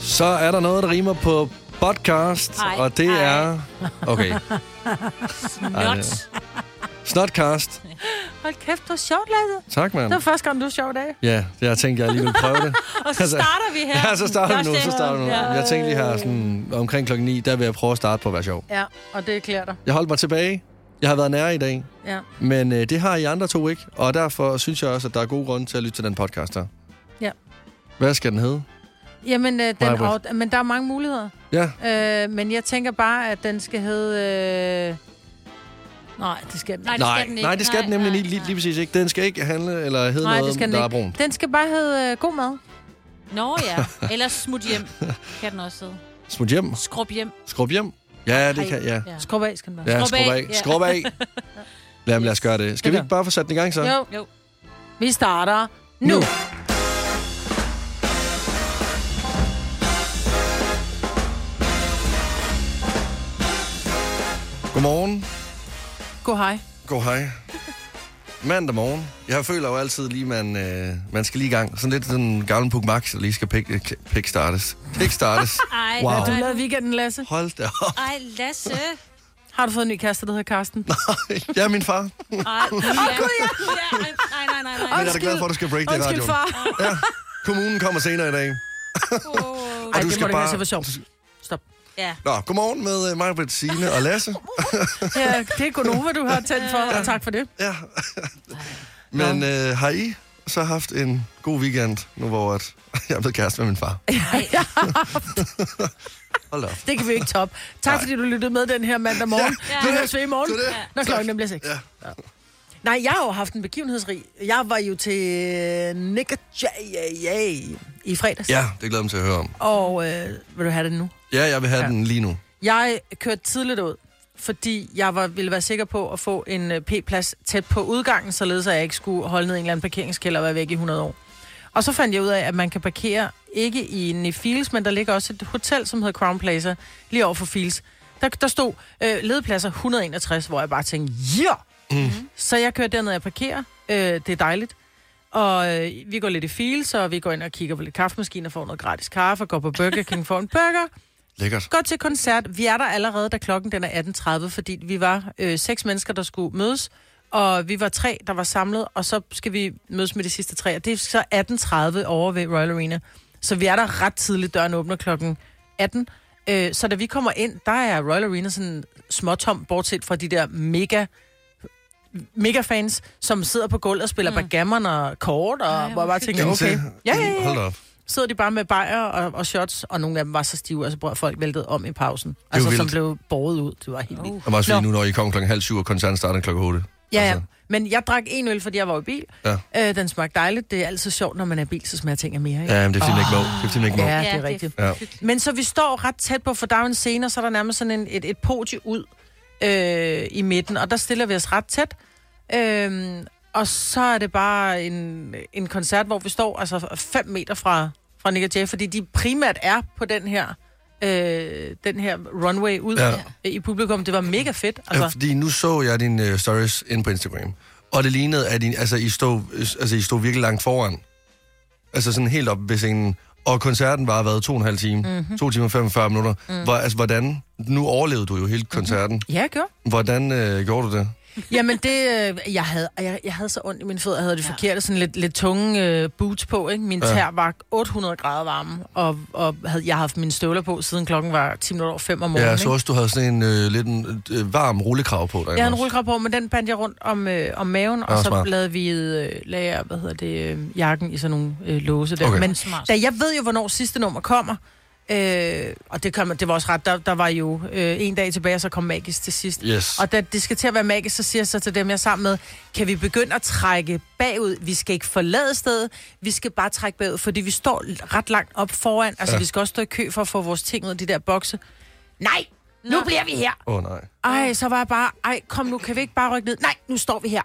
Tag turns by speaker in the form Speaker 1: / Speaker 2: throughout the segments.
Speaker 1: Så er der noget, der rimer på podcast,
Speaker 2: Ej,
Speaker 1: og det
Speaker 2: ej.
Speaker 1: er... Okay. Ej, ja.
Speaker 2: Not.
Speaker 1: Snotcast.
Speaker 2: Hold kæft, du er sjovt, Lasse.
Speaker 1: Tak, mand.
Speaker 2: Det var første gang, du er sjov i dag.
Speaker 1: Ja, jeg tænkte, jeg lige ville prøve det.
Speaker 2: Og så
Speaker 1: Altså,
Speaker 2: starter vi her.
Speaker 1: Ja, så starter vi nu,
Speaker 2: Første-
Speaker 1: så starter vi nu.
Speaker 2: Ja.
Speaker 1: Jeg tænkte lige her sådan, omkring klokken 9, der vil jeg prøve at starte på at være sjov.
Speaker 2: Ja, og det klæder dig.
Speaker 1: Jeg holdt mig tilbage. Jeg har været nær i dag,
Speaker 2: Ja.
Speaker 1: men øh, det har I andre to ikke. Og derfor synes jeg også, at der er god grund til at lytte til den podcast her.
Speaker 2: Ja.
Speaker 1: Hvad skal den hedde?
Speaker 2: Jamen, øh, den,
Speaker 1: Maja Britt.
Speaker 2: og, men der er mange muligheder.
Speaker 1: Ja,
Speaker 2: Øh, men jeg tænker bare, at den skal hedde... Øh... Nej, det skal den
Speaker 3: Nej,
Speaker 2: ikke.
Speaker 3: det
Speaker 1: nej,
Speaker 3: skal den ikke.
Speaker 1: nej, det skal den
Speaker 3: Nej,
Speaker 1: nemlig
Speaker 3: nej,
Speaker 1: lige, lige,
Speaker 3: nej.
Speaker 1: lige præcis ikke. Den skal ikke handle eller hedde noget,
Speaker 2: den
Speaker 1: der er
Speaker 2: ikke.
Speaker 1: brunt.
Speaker 2: Den skal bare hedde øh, god mad.
Speaker 3: Nå ja, ellers smut hjem. Kan den også sidde.
Speaker 1: Smut hjem,
Speaker 3: Skrub hjem.
Speaker 1: skrub hjem. Ja, det
Speaker 3: Hej.
Speaker 1: kan, ja.
Speaker 3: Ja.
Speaker 2: Skrub af, skal den være.
Speaker 1: Ja,
Speaker 3: Skrub
Speaker 1: skrub
Speaker 3: af.
Speaker 1: af,
Speaker 3: Ja.
Speaker 1: skrub af. Lad, yes. lad os gøre det. Skal vi
Speaker 2: Det
Speaker 1: ikke bare få sat den i gang så?
Speaker 2: Jo.
Speaker 3: Jo.
Speaker 2: Vi starter nu.
Speaker 1: Nu.
Speaker 2: nu.
Speaker 1: Godmorgen.
Speaker 2: God hej.
Speaker 1: God hej. Mandag morgen. Jeg føler jo altid lige, man, øh, man skal lige i gang. Sådan lidt den gamle Puk Max, der lige skal pik, øh, pik startes. Pik startes.
Speaker 3: Ej,
Speaker 1: Wow.
Speaker 2: Hvad har du
Speaker 3: nej.
Speaker 2: lavet i weekenden, Lasse?
Speaker 1: Hold da op.
Speaker 3: Ej, Lasse.
Speaker 2: Har du fået en ny kæreste, der hedder Karsten?
Speaker 1: Jeg er min far. Men
Speaker 3: Ej, ja. ja. Ej, nej, nej, nej.
Speaker 1: jeg er da glad for, at du skal break det i
Speaker 2: Undskyld,
Speaker 1: radioen.
Speaker 2: far.
Speaker 1: Ja. Kommunen kommer senere i dag.
Speaker 3: Åh.
Speaker 2: Ej,
Speaker 1: du
Speaker 2: det
Speaker 1: skal
Speaker 2: må du
Speaker 1: bare-
Speaker 2: bare... være sjovt. Stop.
Speaker 3: Ja.
Speaker 1: Nå, godmorgen med øh, mig, Britt, Signe og Lasse.
Speaker 2: Ja, det er Gunova, du har tændt for, og tak for det.
Speaker 1: Ja. Men øh, har I så haft en god weekend, nu hvor at jeg er blevet kæreste med min far? Hold da op.
Speaker 2: Det kan vi ikke toppe. Tak fordi du lyttede med den her mandag morgen.
Speaker 3: Ja.
Speaker 2: Vi høres ved i morgen,
Speaker 1: Det er det.
Speaker 2: når klokken nemlig er seks.
Speaker 1: Ja.
Speaker 2: Nej, jeg har jo haft en begivenhedsrig. Jeg var jo til øh, Nick J.A.A. i fredags.
Speaker 1: ja, det glæder jeg mig til at høre om.
Speaker 2: Og øh, vil du have det nu?
Speaker 1: Ja, jeg vil have ja.
Speaker 2: Ja.
Speaker 1: den lige nu.
Speaker 2: Jeg kørte tidligt ud, fordi jeg var, ville være sikker på at få en øh, p-plads tæt på udgangen, således at jeg ikke skulle holde ned i en eller anden parkeringskælder og være væk i 100 år. Og så fandt jeg ud af, at man kan parkere ikke i Nefiles, men der ligger også et hotel, som hedder Crown Plaza, lige over for Fields. Der, der stod øh, ledepladser 161, hvor jeg bare tænkte, ja! Yeah! Mm. Så jeg kører derned og parkerer. Øh, det er dejligt. Og øh, vi går lidt i Fields, og vi går ind og kigger på lidt kaffemaskiner, får noget gratis kaffe, går på Burger King, får en burger.
Speaker 1: Lækkert.
Speaker 2: Godt til koncert. Vi er der allerede, da klokken den er 18.30, fordi vi var øh, seks mennesker, der skulle mødes, og vi var tre, der var samlet, og så skal vi mødes med de sidste tre, og det er så 18.30 over ved Royal Arena. Så vi er der ret tidligt, døren åbner klokken 18. Øh, så da vi kommer ind, der er Royal Arena sådan småtom, bortset fra de der mega mega fans, som sidder på gulvet og spiller mm. backgammon og kort, og
Speaker 3: Ej,
Speaker 2: hvor jeg bare tænker,
Speaker 1: Ind
Speaker 2: okay.
Speaker 1: til-
Speaker 2: Ja, ja, ja.
Speaker 1: Hold da op.
Speaker 2: sidder de bare med bajer og, og shots, og nogle af dem var så stive, altså bror, folk væltede om i pausen. Altså, som
Speaker 1: vildt.
Speaker 2: blev båret ud. Det var helt vildt.
Speaker 1: Og bare sige
Speaker 2: Nå.
Speaker 1: nu, når I kommer klokken halv syv, og koncerten starter klokken otte.
Speaker 2: Ja, ja.
Speaker 1: Altså.
Speaker 2: Men jeg drak en øl, fordi jeg var i bil.
Speaker 1: Ja.
Speaker 2: Øh, den smagte dejligt. Det er altid sjovt, når man er i bil, så smager ting af mere. Ikke?
Speaker 1: Ja, men det er fordi, den ikke må. Det er fordi, den ikke må.
Speaker 2: Ja,
Speaker 1: Ja.
Speaker 2: det er
Speaker 3: Ja,
Speaker 2: rigtigt.
Speaker 1: Ja.
Speaker 2: Men så vi står ret tæt på, for der er jo en scene, og så er der nærmest sådan en, et, et podie ud øh, i midten, og der stiller vi os ret tæt. Øh, og så er det bare en, en koncert, hvor vi står altså 5 meter fra, fra Nick og Jay, fordi de primært er på den her, øh, den her runway ud
Speaker 1: Ja.
Speaker 2: ja. i publikum. Det var mega fedt.
Speaker 1: ja,
Speaker 2: Altså,
Speaker 1: fordi nu så jeg dine uh, stories ind på Instagram. Og det lignede, at I, altså, I, stod, altså, I stod virkelig langt foran. Altså sådan helt op ved scenen. Og koncerten var været to og en halv time.
Speaker 2: Mhm.
Speaker 1: Mm-hmm. To timer og 45 minutter. Mm. Hvor, altså, hvordan? Nu overlevede du jo hele koncerten. Mm-hmm.
Speaker 2: Mhm. ja, jeg gjorde.
Speaker 1: Hvordan øh, gjorde du det?
Speaker 2: Jamen det, øh, jeg havde, jeg, jeg havde så ondt i mine fødder, jeg havde det ja. forkerte, sådan lidt, lidt tunge øh, boots på, ikke? Min
Speaker 1: Ja.
Speaker 2: tær var 800 grader varme, og, og havde, jeg havde haft mine støvler på, siden klokken var 10 minutter over 5 om morgenen.
Speaker 1: Ja, jeg
Speaker 2: ikke?
Speaker 1: så også, du havde sådan en øh, lidt en, øh, varm rullekrav på dig.
Speaker 2: Jeg havde en rullekrop på, men den bandt jeg rundt om, øh, om maven,
Speaker 1: Ah,
Speaker 2: og så
Speaker 1: smart.
Speaker 2: lavede vi, øh, lagde jeg, hvad hedder det, øh, jakken i sådan nogle øh, låse der.
Speaker 1: Okay.
Speaker 2: Okay. Men
Speaker 3: Smart.
Speaker 2: da jeg ved jo, hvornår sidste nummer kommer, øh, og det, kom, det var også ret, der, der var jo øh, en dag tilbage, og så kom Magisk til sidst.
Speaker 1: Yes.
Speaker 2: Og da det skal til at være magisk, så siger jeg så til dem, jeg er sammen med, kan vi begynde at trække bagud? Vi skal ikke forlade stedet, vi skal bare trække bagud, fordi vi står ret langt op foran. Altså,
Speaker 1: Ja.
Speaker 2: ja. vi skal også stå i kø for at få vores ting ud af de der bokse. Nej, nu
Speaker 3: Nå.
Speaker 2: bliver vi her.
Speaker 1: Åh oh, nej.
Speaker 2: Ej, så var jeg bare, ej, kom nu, kan vi ikke bare rykke ned? Nej, nu står vi her.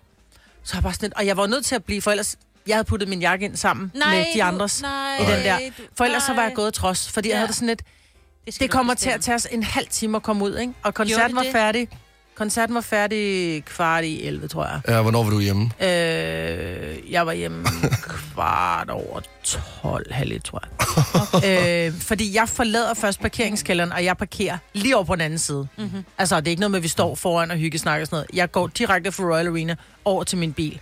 Speaker 2: Så jeg bare sådan lidt, og jeg var nødt til at blive, for ellers, jeg havde puttet min jakke ind sammen
Speaker 3: Nej,
Speaker 2: med de
Speaker 3: du-
Speaker 2: andres
Speaker 3: nej,
Speaker 2: i den der.
Speaker 3: du-
Speaker 2: For ellers så var jeg
Speaker 3: nej.
Speaker 2: gået trods, fordi ja.
Speaker 3: Ja.
Speaker 2: jeg havde det sådan lidt,
Speaker 3: skal
Speaker 2: det
Speaker 3: du
Speaker 2: kommer til
Speaker 3: bestemme.
Speaker 2: at tage os en halv time at komme ud, ikke? Og koncerten
Speaker 3: det
Speaker 2: var
Speaker 3: det?
Speaker 2: færdig Koncerten var færdig kvart i 11, tror jeg.
Speaker 1: Ja, hvornår var du hjemme?
Speaker 2: Øh, jeg var hjemme kvart over 12, halv et, tror jeg. øh, fordi jeg forlader først parkeringskælderen, og jeg parkerer lige over på den anden
Speaker 3: Mm.
Speaker 2: side. Mm-hmm. Altså, det er ikke noget med, at vi står foran og hygge snakker og sådan noget. Jeg går direkte fra Royal Arena over til min bil.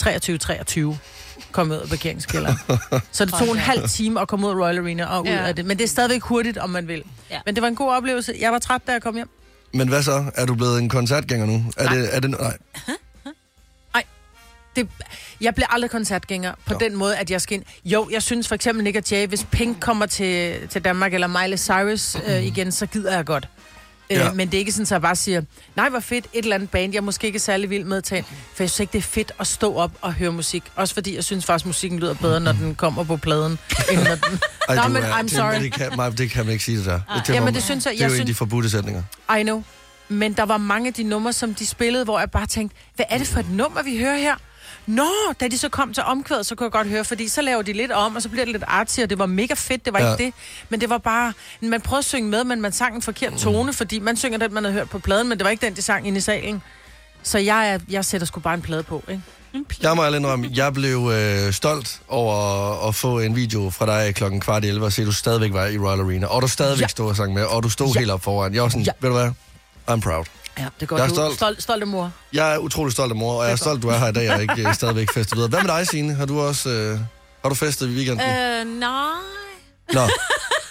Speaker 2: 23-23 kom ud af parkeringskælderen. Så det tog en halv time at komme ud af Royal Arena og ud
Speaker 3: Ja.
Speaker 2: ja. af det. Men det er stadigvæk hurtigt, om man vil.
Speaker 3: Ja.
Speaker 2: Ja. Men det var en god oplevelse. Jeg var træt, da jeg kom hjem.
Speaker 1: Men hvad så? Er du blevet en koncertgænger nu? Er
Speaker 2: Nej.
Speaker 1: det, er det, nej.
Speaker 2: det, jeg bliver aldrig koncertgænger på
Speaker 1: Nå.
Speaker 2: den måde, at jeg skal ind. Jo, jeg synes for eksempel Nick og Jay, hvis Pink kommer til, til Danmark, eller Miley Cyrus øh, igen, så gider jeg godt. Øh,
Speaker 1: Mhm. Ja.
Speaker 2: Men det er ikke sådan, at jeg bare siger, nej, hvor fedt, et eller andet band, jeg måske ikke er særlig vild med til. For jeg synes ikke, det er fedt at stå op og høre musik. Også fordi jeg synes faktisk, musikken lyder bedre, når den kommer på pladen, end når den...
Speaker 1: Ej,
Speaker 2: Nå,
Speaker 1: du
Speaker 2: men
Speaker 1: er-
Speaker 2: I'm
Speaker 1: det-
Speaker 2: sorry. Ah.
Speaker 1: Det kan, nej, det kan man ikke sige det der. Det,
Speaker 2: Jamen,
Speaker 1: må-
Speaker 2: det synes jeg-
Speaker 1: det er
Speaker 2: jeg
Speaker 1: jo en af de
Speaker 2: synes-
Speaker 1: forbudte sætninger.
Speaker 2: I know. Men der var mange af de numre, som de spillede, hvor jeg bare tænkte, hvad er det for et nummer, vi hører her? Nå, da de så kom til omkvædet, så kunne jeg godt høre, fordi så laver de lidt om, og så bliver det lidt artsy, og det var mega fedt, det var
Speaker 1: Ja.
Speaker 2: ja. ikke det. Men det var bare, man prøvede at synge med, men man sang en
Speaker 1: Mm.
Speaker 2: forkert tone, fordi man synger den, man havde hørt på pladen, men det var ikke den, de sang inde i salen. Så jeg, er- jeg sætter sgu bare en plade på, ikke?
Speaker 1: Jeg må ærligt indrømme, jeg blev øh, stolt over at få en video fra dig klokken kvart i 11 og se, at du stadigvæk var i Royal Arena, og du stadigvæk ja.
Speaker 2: Ja.
Speaker 1: stod og sang med, og du stod ja.
Speaker 2: Ja.
Speaker 1: helt op foran. Jeg var sådan, ja.
Speaker 2: Ja.
Speaker 1: ved du hvad? I'm proud.
Speaker 2: Ja, det går
Speaker 1: Jeg er
Speaker 2: du.
Speaker 1: stolt.
Speaker 2: Stolt, stolt af mor.
Speaker 1: Jeg er utrolig stolt af mor, og jeg er stolt, du er her i dag, og ikke øh, stadigvæk festet videre. Hvad med dig, Signe? Har du også... Øh, har du festet i weekenden? Øh.
Speaker 3: Øh, nej.
Speaker 1: Nå,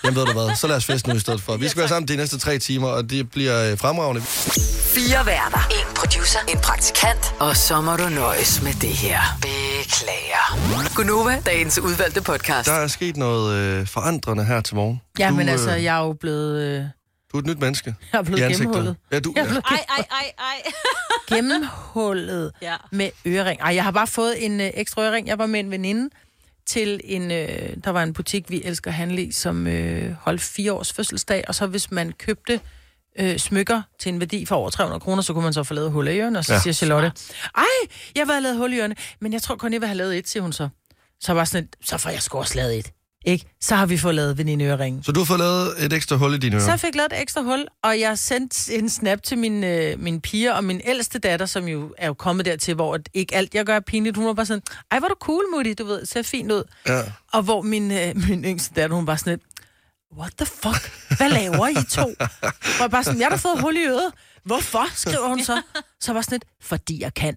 Speaker 1: jamen ved du hvad, så lad os feste nu i stedet for. Vi skal være sammen de næste tre timer, og det bliver øh, fremragende.
Speaker 4: Fire værter. En producer. En praktikant. Og så må du nøjes med det her. Beklager. Gunova, dagens udvalgte podcast.
Speaker 1: Der er sket noget øh, forandrende her til morgen.
Speaker 2: Ja,
Speaker 1: du,
Speaker 2: men altså,
Speaker 1: øh,
Speaker 2: jeg er jo blevet, øh, jeg
Speaker 1: Du er et nyt menneske.
Speaker 2: er blevet
Speaker 1: i ansigtet.
Speaker 2: gennemhullet.
Speaker 1: Ja, du,
Speaker 2: Jeg er blevet
Speaker 3: Ej, ej, ej, ej.
Speaker 2: gennemhullet.
Speaker 3: Ja.
Speaker 2: med ørering. Ej, jeg har bare fået en øh, ekstra ørering. Jeg var med en veninde til en, øh, der var en butik, vi elsker at handle i, som øh, holdt fire års fødselsdag, og så hvis man købte øh, smykker til en værdi for over 300 kroner, så kunne man så få lavet hul i ørerne, og så
Speaker 1: Ja.
Speaker 2: ja. siger Charlotte, ej, jeg vil have lavet hul i ørerne, men jeg tror kun, jeg vil have lavet et, siger hun så. Så var sådan, et, så får jeg sgu også lavet et. Ikke? Så har vi fået lavet veninde
Speaker 1: Så du har fået lavet et ekstra hul i dine ører?
Speaker 2: så jeg fik lavet et ekstra hul, og jeg sendte en snap til min, øh, min piger og min ældste datter, som jo er jo kommet dertil, hvor at ikke alt, jeg gør, er pinligt. Hun var bare sådan, ej, hvor er du cool, Mutti, du ved, ser fint ud.
Speaker 1: Ja.
Speaker 2: Og hvor min, øh, min yngste datter, hun var sådan lidt, what the fuck, hvad laver I to? Hvor jeg bare sådan, jeg har da fået hul i øret. Hvorfor, skriver hun så. Så var jeg sådan lidt, fordi jeg kan.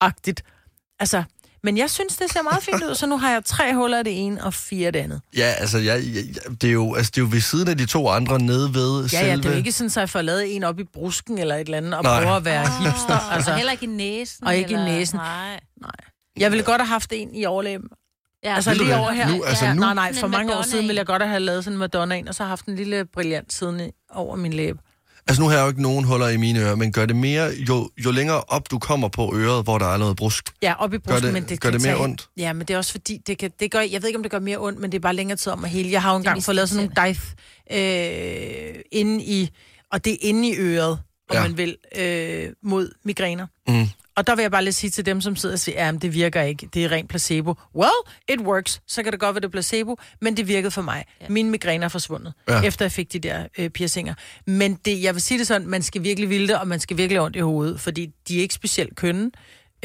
Speaker 2: Agtigt. Altså, men jeg synes, det ser meget fint ud, så nu har jeg tre huller af det ene og fire af det andet.
Speaker 1: Ja, altså, jeg, jeg, det, er jo, altså det er jo ved siden af de to andre nede ved
Speaker 2: Ja,
Speaker 1: selve...
Speaker 2: ja, det er jo ikke sådan, at jeg får lavet en op i brusken eller et eller andet, og
Speaker 1: Nej.
Speaker 2: Nej. prøver at være hipster. Altså,
Speaker 3: Ah. Og heller ikke i næsen.
Speaker 2: Og ikke i
Speaker 3: eller...
Speaker 2: næsen.
Speaker 3: Nej.
Speaker 2: jeg ville godt have haft en i overlæben.
Speaker 3: Ja,
Speaker 2: Altså
Speaker 1: Vil du
Speaker 2: lige
Speaker 1: det?
Speaker 2: over her.
Speaker 1: Nu, altså nu?
Speaker 2: Nej, nej, for
Speaker 3: En
Speaker 2: mange år
Speaker 3: Madonna
Speaker 2: siden
Speaker 3: en.
Speaker 2: ville jeg godt have lavet sådan en Madonna en, og så haft en lille brillant siden over min læbe.
Speaker 1: Altså, nu har jeg jo ikke nogen huller i mine ører, men gør det mere, jo, jo længere op du kommer på øret, hvor der er noget brusk.
Speaker 2: Ja, op i brusken,
Speaker 1: det-
Speaker 2: men det
Speaker 1: gør
Speaker 2: kan
Speaker 1: det mere
Speaker 2: tage-
Speaker 1: ondt?
Speaker 2: Ja, men det er også fordi, det, kan, det gør, jeg ved ikke, om det gør mere ondt, men det er bare længere tid om at hele. Jeg har jo engang
Speaker 3: mest
Speaker 2: fået lavet sådan nogle dive øh, inde i, og det er inde i øret, om
Speaker 1: Ja.
Speaker 2: ja. man vil, øh, mod migræner.
Speaker 1: Mm.
Speaker 2: Og der vil jeg bare lige sige til dem, som sidder og siger, at det virker ikke, det er rent placebo. Well, it works. Så kan det godt være, det er placebo, men det virkede for mig. Ja. Mine migræner er forsvundet,
Speaker 1: Ja.
Speaker 2: ja. efter jeg fik de der øh, piercinger. Men det, jeg vil sige det sådan, man skal virkelig vilde det, og man skal virkelig have ondt i hovedet, fordi de er ikke specielt kønne.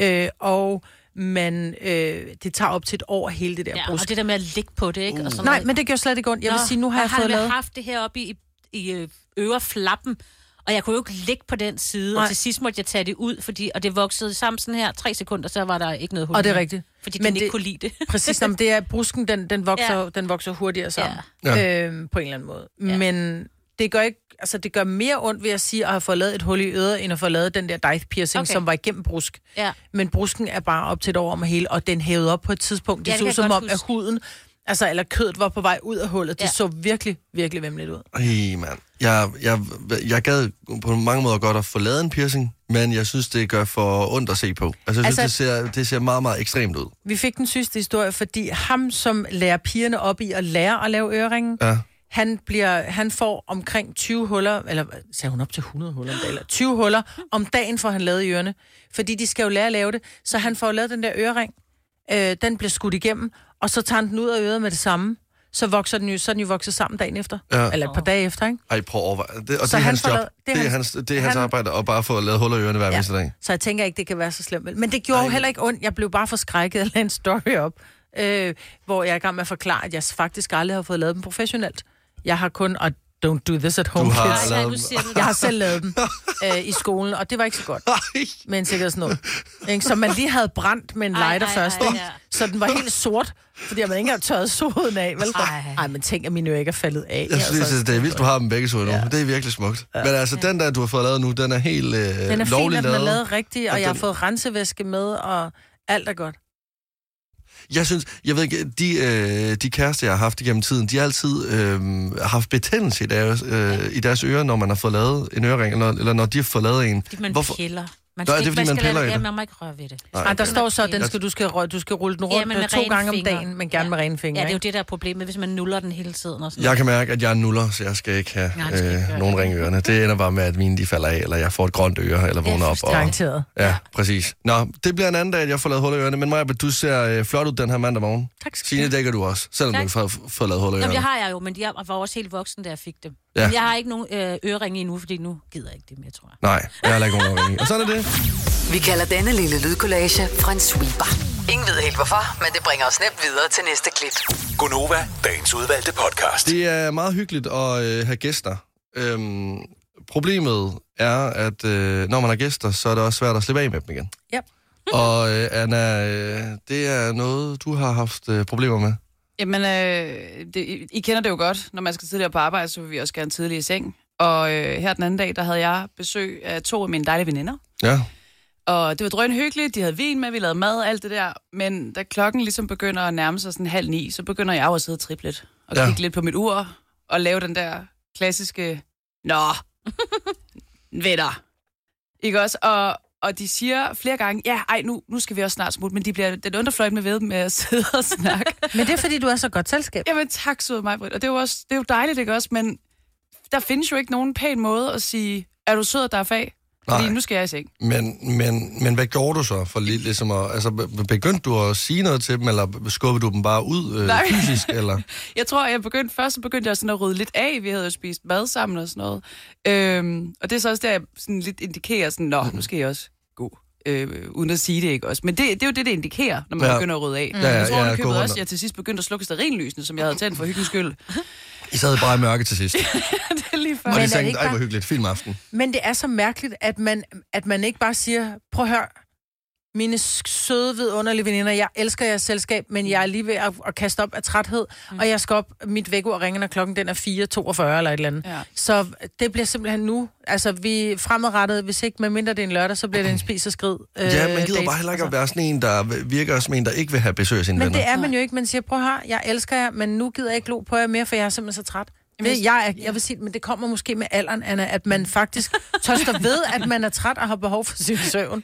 Speaker 2: Øh, og man, øh, det tager op til et år hele det der ja,
Speaker 3: Ja,
Speaker 2: brusk.
Speaker 3: og det der med at ligge på det, ikke? Og sådan
Speaker 2: Nej,
Speaker 3: noget.
Speaker 2: men det gør slet ikke ondt. Jeg vil
Speaker 3: Nå,
Speaker 2: sige, nu har jeg,
Speaker 3: har
Speaker 2: fået
Speaker 3: da
Speaker 2: lavet...
Speaker 3: haft det her oppe i, i øh, øverflappen, og jeg kunne jo ikke ligge på den side, Nej.
Speaker 2: Nej.
Speaker 3: og til sidst måtte jeg tage det ud, fordi, og det voksede sammen sådan her, tre sekunder, så var der ikke noget hul.
Speaker 2: Og det er
Speaker 3: mere,
Speaker 2: rigtigt.
Speaker 3: Fordi
Speaker 2: Men
Speaker 3: den ikke
Speaker 2: det-
Speaker 3: kunne lide det.
Speaker 2: Præcis, nå, men det er brusken, den, den, vokser,
Speaker 3: Ja.
Speaker 2: ja. den vokser hurtigere sammen.
Speaker 1: Ja.
Speaker 2: Ja. Øhm, på en eller anden måde. Ja. Men det gør ikke, altså det gør mere ondt ved at sige, at have fået lavet et hul i øret, end at få lavet den der dive piercing,
Speaker 3: Okay.
Speaker 2: okay. som var igennem brusk.
Speaker 3: Ja.
Speaker 2: Men brusken er bare op til et år om hele, og den hævede op på et tidspunkt. Det
Speaker 3: Ja,
Speaker 2: ja,
Speaker 3: det
Speaker 2: så
Speaker 3: kan
Speaker 2: ud
Speaker 3: jeg
Speaker 2: som
Speaker 3: godt
Speaker 2: om, at
Speaker 3: huske.
Speaker 2: huden, altså, eller kødet var på vej ud af hullet. Det
Speaker 3: Ja.
Speaker 2: ja. så virkelig, virkelig vemmeligt ud.
Speaker 1: Ej, mand. Jeg, jeg, jeg gad på mange måder godt at få lavet en piercing, men jeg synes, det gør for ondt at se på. Altså, jeg synes,
Speaker 2: Altså-
Speaker 1: det, ser, det ser meget, meget ekstremt ud.
Speaker 2: Vi fik den sygeste historie, fordi ham, som lærer pigerne op i at lære at lave øreringen,
Speaker 1: Ja.
Speaker 2: han, bliver, han får omkring 20 huller, eller sagde hun op til 100 huller om dagen, eller 20 huller om dagen, får han lavet i ørerne. Fordi de skal jo lære at lave det, så han får lavet den der ørering, øh, den bliver skudt igennem, og så tager han den ud af øret med det samme. så vokser den jo, så er den jo vokset sammen dagen efter.
Speaker 1: Ja.
Speaker 2: Eller et par dage efter, ikke?
Speaker 1: Ej, prøv at overveje. Det, og
Speaker 2: Så
Speaker 1: det er
Speaker 2: han
Speaker 1: hans
Speaker 2: får
Speaker 1: job.
Speaker 2: lavet-
Speaker 1: Det er hans, det er hans
Speaker 2: han-
Speaker 1: arbejde, og bare få lavet huller i ørerne hver ja. eneste dag.
Speaker 2: Så jeg tænker ikke, det kan være så slemt. vel? Men det gjorde jo heller ikke ondt. Jeg blev bare forskrækket af en story op, øh, hvor jeg er i gang med at forklare, at jeg faktisk aldrig har fået lavet dem professionelt. Jeg har kun, og don't do this at home,
Speaker 1: Du har
Speaker 2: kids.
Speaker 1: lavet
Speaker 3: nu siger du det.
Speaker 2: Jeg har selv lavet dem øh, i skolen, og det var ikke så godt
Speaker 1: Ej,
Speaker 2: med en sikkerhedsnål. Ikke? Så man lige havde brændt med en
Speaker 3: Ej,
Speaker 2: lighter
Speaker 3: ej,
Speaker 2: først,
Speaker 3: ej,
Speaker 2: ikke?
Speaker 3: ja.
Speaker 2: så den var helt sort, fordi man ikke engang tørret soden af. Vel?
Speaker 3: Ej.
Speaker 2: Ej, men tænk, at mine ører ikke er faldet af. altså.
Speaker 1: jeg synes, det er vildt, du har dem begge to nu. Ja. Det er virkelig smukt. Ja. Men altså, den der, du har fået lavet nu, den er helt øh,
Speaker 2: Den er fin,
Speaker 1: lovlig
Speaker 2: og den er lavet rigtigt, og
Speaker 1: Og
Speaker 2: jeg har
Speaker 1: den-
Speaker 2: fået rensevæske med, og alt er godt.
Speaker 1: Jeg synes, jeg ved ikke, de, øh, de kærester, jeg har haft igennem tiden, de har altid øh, haft betændelse i deres, øh, i deres ører, når man har fået lavet en ørering, eller, eller når de har fået lavet en.
Speaker 3: Fordi man
Speaker 1: Hvorfor?
Speaker 3: Hvorfor? piller. Man
Speaker 1: Nå, er det
Speaker 3: ikke-
Speaker 1: fordi, man
Speaker 3: skal lade
Speaker 1: piller i
Speaker 3: være
Speaker 1: det?
Speaker 3: med, Man må ikke røre ved det.
Speaker 1: Nej,
Speaker 2: Ej, der
Speaker 1: okay.
Speaker 2: står så, at den
Speaker 3: Jeg-
Speaker 2: skal, du, skal, rø- du skal rulle den
Speaker 3: Ja,
Speaker 2: rundt
Speaker 3: men
Speaker 2: ja,
Speaker 3: med
Speaker 2: to
Speaker 3: rene
Speaker 2: gange
Speaker 3: fingre.
Speaker 2: om dagen, men gerne
Speaker 3: Ja.
Speaker 2: med rene fingre.
Speaker 3: Ja, det er
Speaker 2: ikke?
Speaker 3: jo det, der er problemet, hvis man nuller den hele tiden. Og sådan
Speaker 1: Jeg kan mærke, at jeg er en nuller, så jeg skal ikke have
Speaker 3: Nej, du skal ikke
Speaker 1: øh,
Speaker 3: gøre
Speaker 1: nogen
Speaker 3: det.
Speaker 1: ring i ørerne. Det ender bare med, at mine de falder af, eller jeg får et grønt øre, eller vågner op. Og,
Speaker 2: Garanteret.
Speaker 1: ja, præcis. Nå, det bliver en anden dag, at jeg får lavet hul i ørerne. Men Maja, du ser øh, flot ud den her mandag morgen.
Speaker 2: Tak skal du
Speaker 1: Signe dækker du også, selvom
Speaker 3: Tak.
Speaker 1: du ikke har fået lavet hul i
Speaker 3: Jamen,
Speaker 1: ørerne.
Speaker 3: det har jeg jo, men jeg var også helt voksen, da jeg fik dem.
Speaker 1: Ja.
Speaker 3: Ja. Men jeg har ikke nogen øh, øreringe endnu, fordi nu gider jeg ikke det mere, tror jeg.
Speaker 1: Nej, jeg har heller ikke nogen ringe. Og sådan er det.
Speaker 4: Vi kalder denne lille lydkollage Frans sweeper. Ingen ved helt hvorfor, men det bringer os nemt videre til næste klip.
Speaker 5: Gunova, dagens udvalgte podcast.
Speaker 1: Det er meget hyggeligt at øh, have gæster. Øhm, problemet er, at øh, når man har gæster, så er det også svært at slippe af med dem igen.
Speaker 2: Yep.
Speaker 1: Og øh, Anna, øh, det er noget, du har haft øh, problemer med.
Speaker 6: Jamen, øh, det, I- I kender det jo godt. Når man skal tidligere på arbejde, så vil vi også gerne tidligere i seng. Og øh, her den anden dag, der havde jeg besøg af to af mine dejlige veninder.
Speaker 1: Ja.
Speaker 6: Og det var drøn hyggeligt, de havde vin med, vi lavede mad og alt det der. Men da klokken ligesom begynder at nærme sig sådan halv ni, så begynder jeg jo at sidde og trippe lidt. Og
Speaker 1: Ja.
Speaker 6: ja. kigge lidt på mit ur, og lave den der klassiske, nå, venner. Ikke også? Og, og de siger flere gange, ja, ej, nu, nu skal vi også snart smutte, men de bliver den underfløjtende ved med at sidde og snakke.
Speaker 2: Men det er, fordi du er så godt selskab.
Speaker 6: Jamen tak, søde mig, Britt. Og det er, jo også, det er jo dejligt, ikke også? Men der findes jo ikke nogen pæn måde at sige, er du sød, der er fag? Fordi
Speaker 1: Nej.
Speaker 6: nu skal jeg i seng.
Speaker 1: Men, men, men hvad gjorde du så? For lige, ligesom at, altså, be- begyndte du at sige noget til dem, eller skubbede du dem bare ud øh,
Speaker 6: Nej.
Speaker 1: fysisk? Eller?
Speaker 6: Jeg tror, jeg begyndte, først så begyndte jeg sådan at rydde lidt af. Vi havde jo spist mad sammen og sådan noget. Øhm, og det er så også der, jeg sådan lidt indikerer sådan,
Speaker 1: Mhm.
Speaker 6: nå, nu skal jeg også gå. Øh, uden at sige det, ikke også? Men det, det er jo det, det indikerer, når man
Speaker 1: Ja.
Speaker 6: ja. begynder at rydde af.
Speaker 1: Ja, ja,
Speaker 6: jeg tror,
Speaker 1: ja,
Speaker 6: ja,
Speaker 1: gå
Speaker 6: købet
Speaker 1: rundt
Speaker 6: også,
Speaker 1: og-
Speaker 6: jeg til sidst begyndte at slukke sterinlysene, som jeg havde tændt for hyggens skyld.
Speaker 1: I sad bare i mørke til sidst,
Speaker 6: det er lige før.
Speaker 2: Men
Speaker 1: og
Speaker 2: er
Speaker 1: de
Speaker 2: det
Speaker 1: tænkte,
Speaker 2: ikke
Speaker 1: ej hvor
Speaker 2: bare-
Speaker 1: hyggeligt, filmaften.
Speaker 2: Men det er så mærkeligt, at man, at man ikke bare siger, prøv at høre, mine s- søde, vidunderlige veninder, jeg elsker jeres selskab, men jeg er lige ved at, at kaste op af træthed, mm. og jeg skal op, mit vækkeur ringer, når klokken den er 4.42 eller et eller andet.
Speaker 6: Ja.
Speaker 2: Så det bliver simpelthen nu, altså vi fremadrettet, hvis ikke, medmindre det er en lørdag, så bliver det en spis og skrid. Øh,
Speaker 1: Ja, man gider
Speaker 2: date.
Speaker 1: bare heller ikke
Speaker 2: Altså.
Speaker 1: at være sådan en, der virker som en, der ikke vil have besøg af sine
Speaker 2: Men
Speaker 1: venner.
Speaker 2: det er man jo ikke. Man siger, prøv her, jeg elsker jer, men nu gider jeg ikke glo på jer mere, for jeg er simpelthen så træt. Det, jeg, er, jeg vil sige, men det kommer måske med alderen, Anna, at man faktisk tør stå ved, at man er træt og har behov for sin søvn.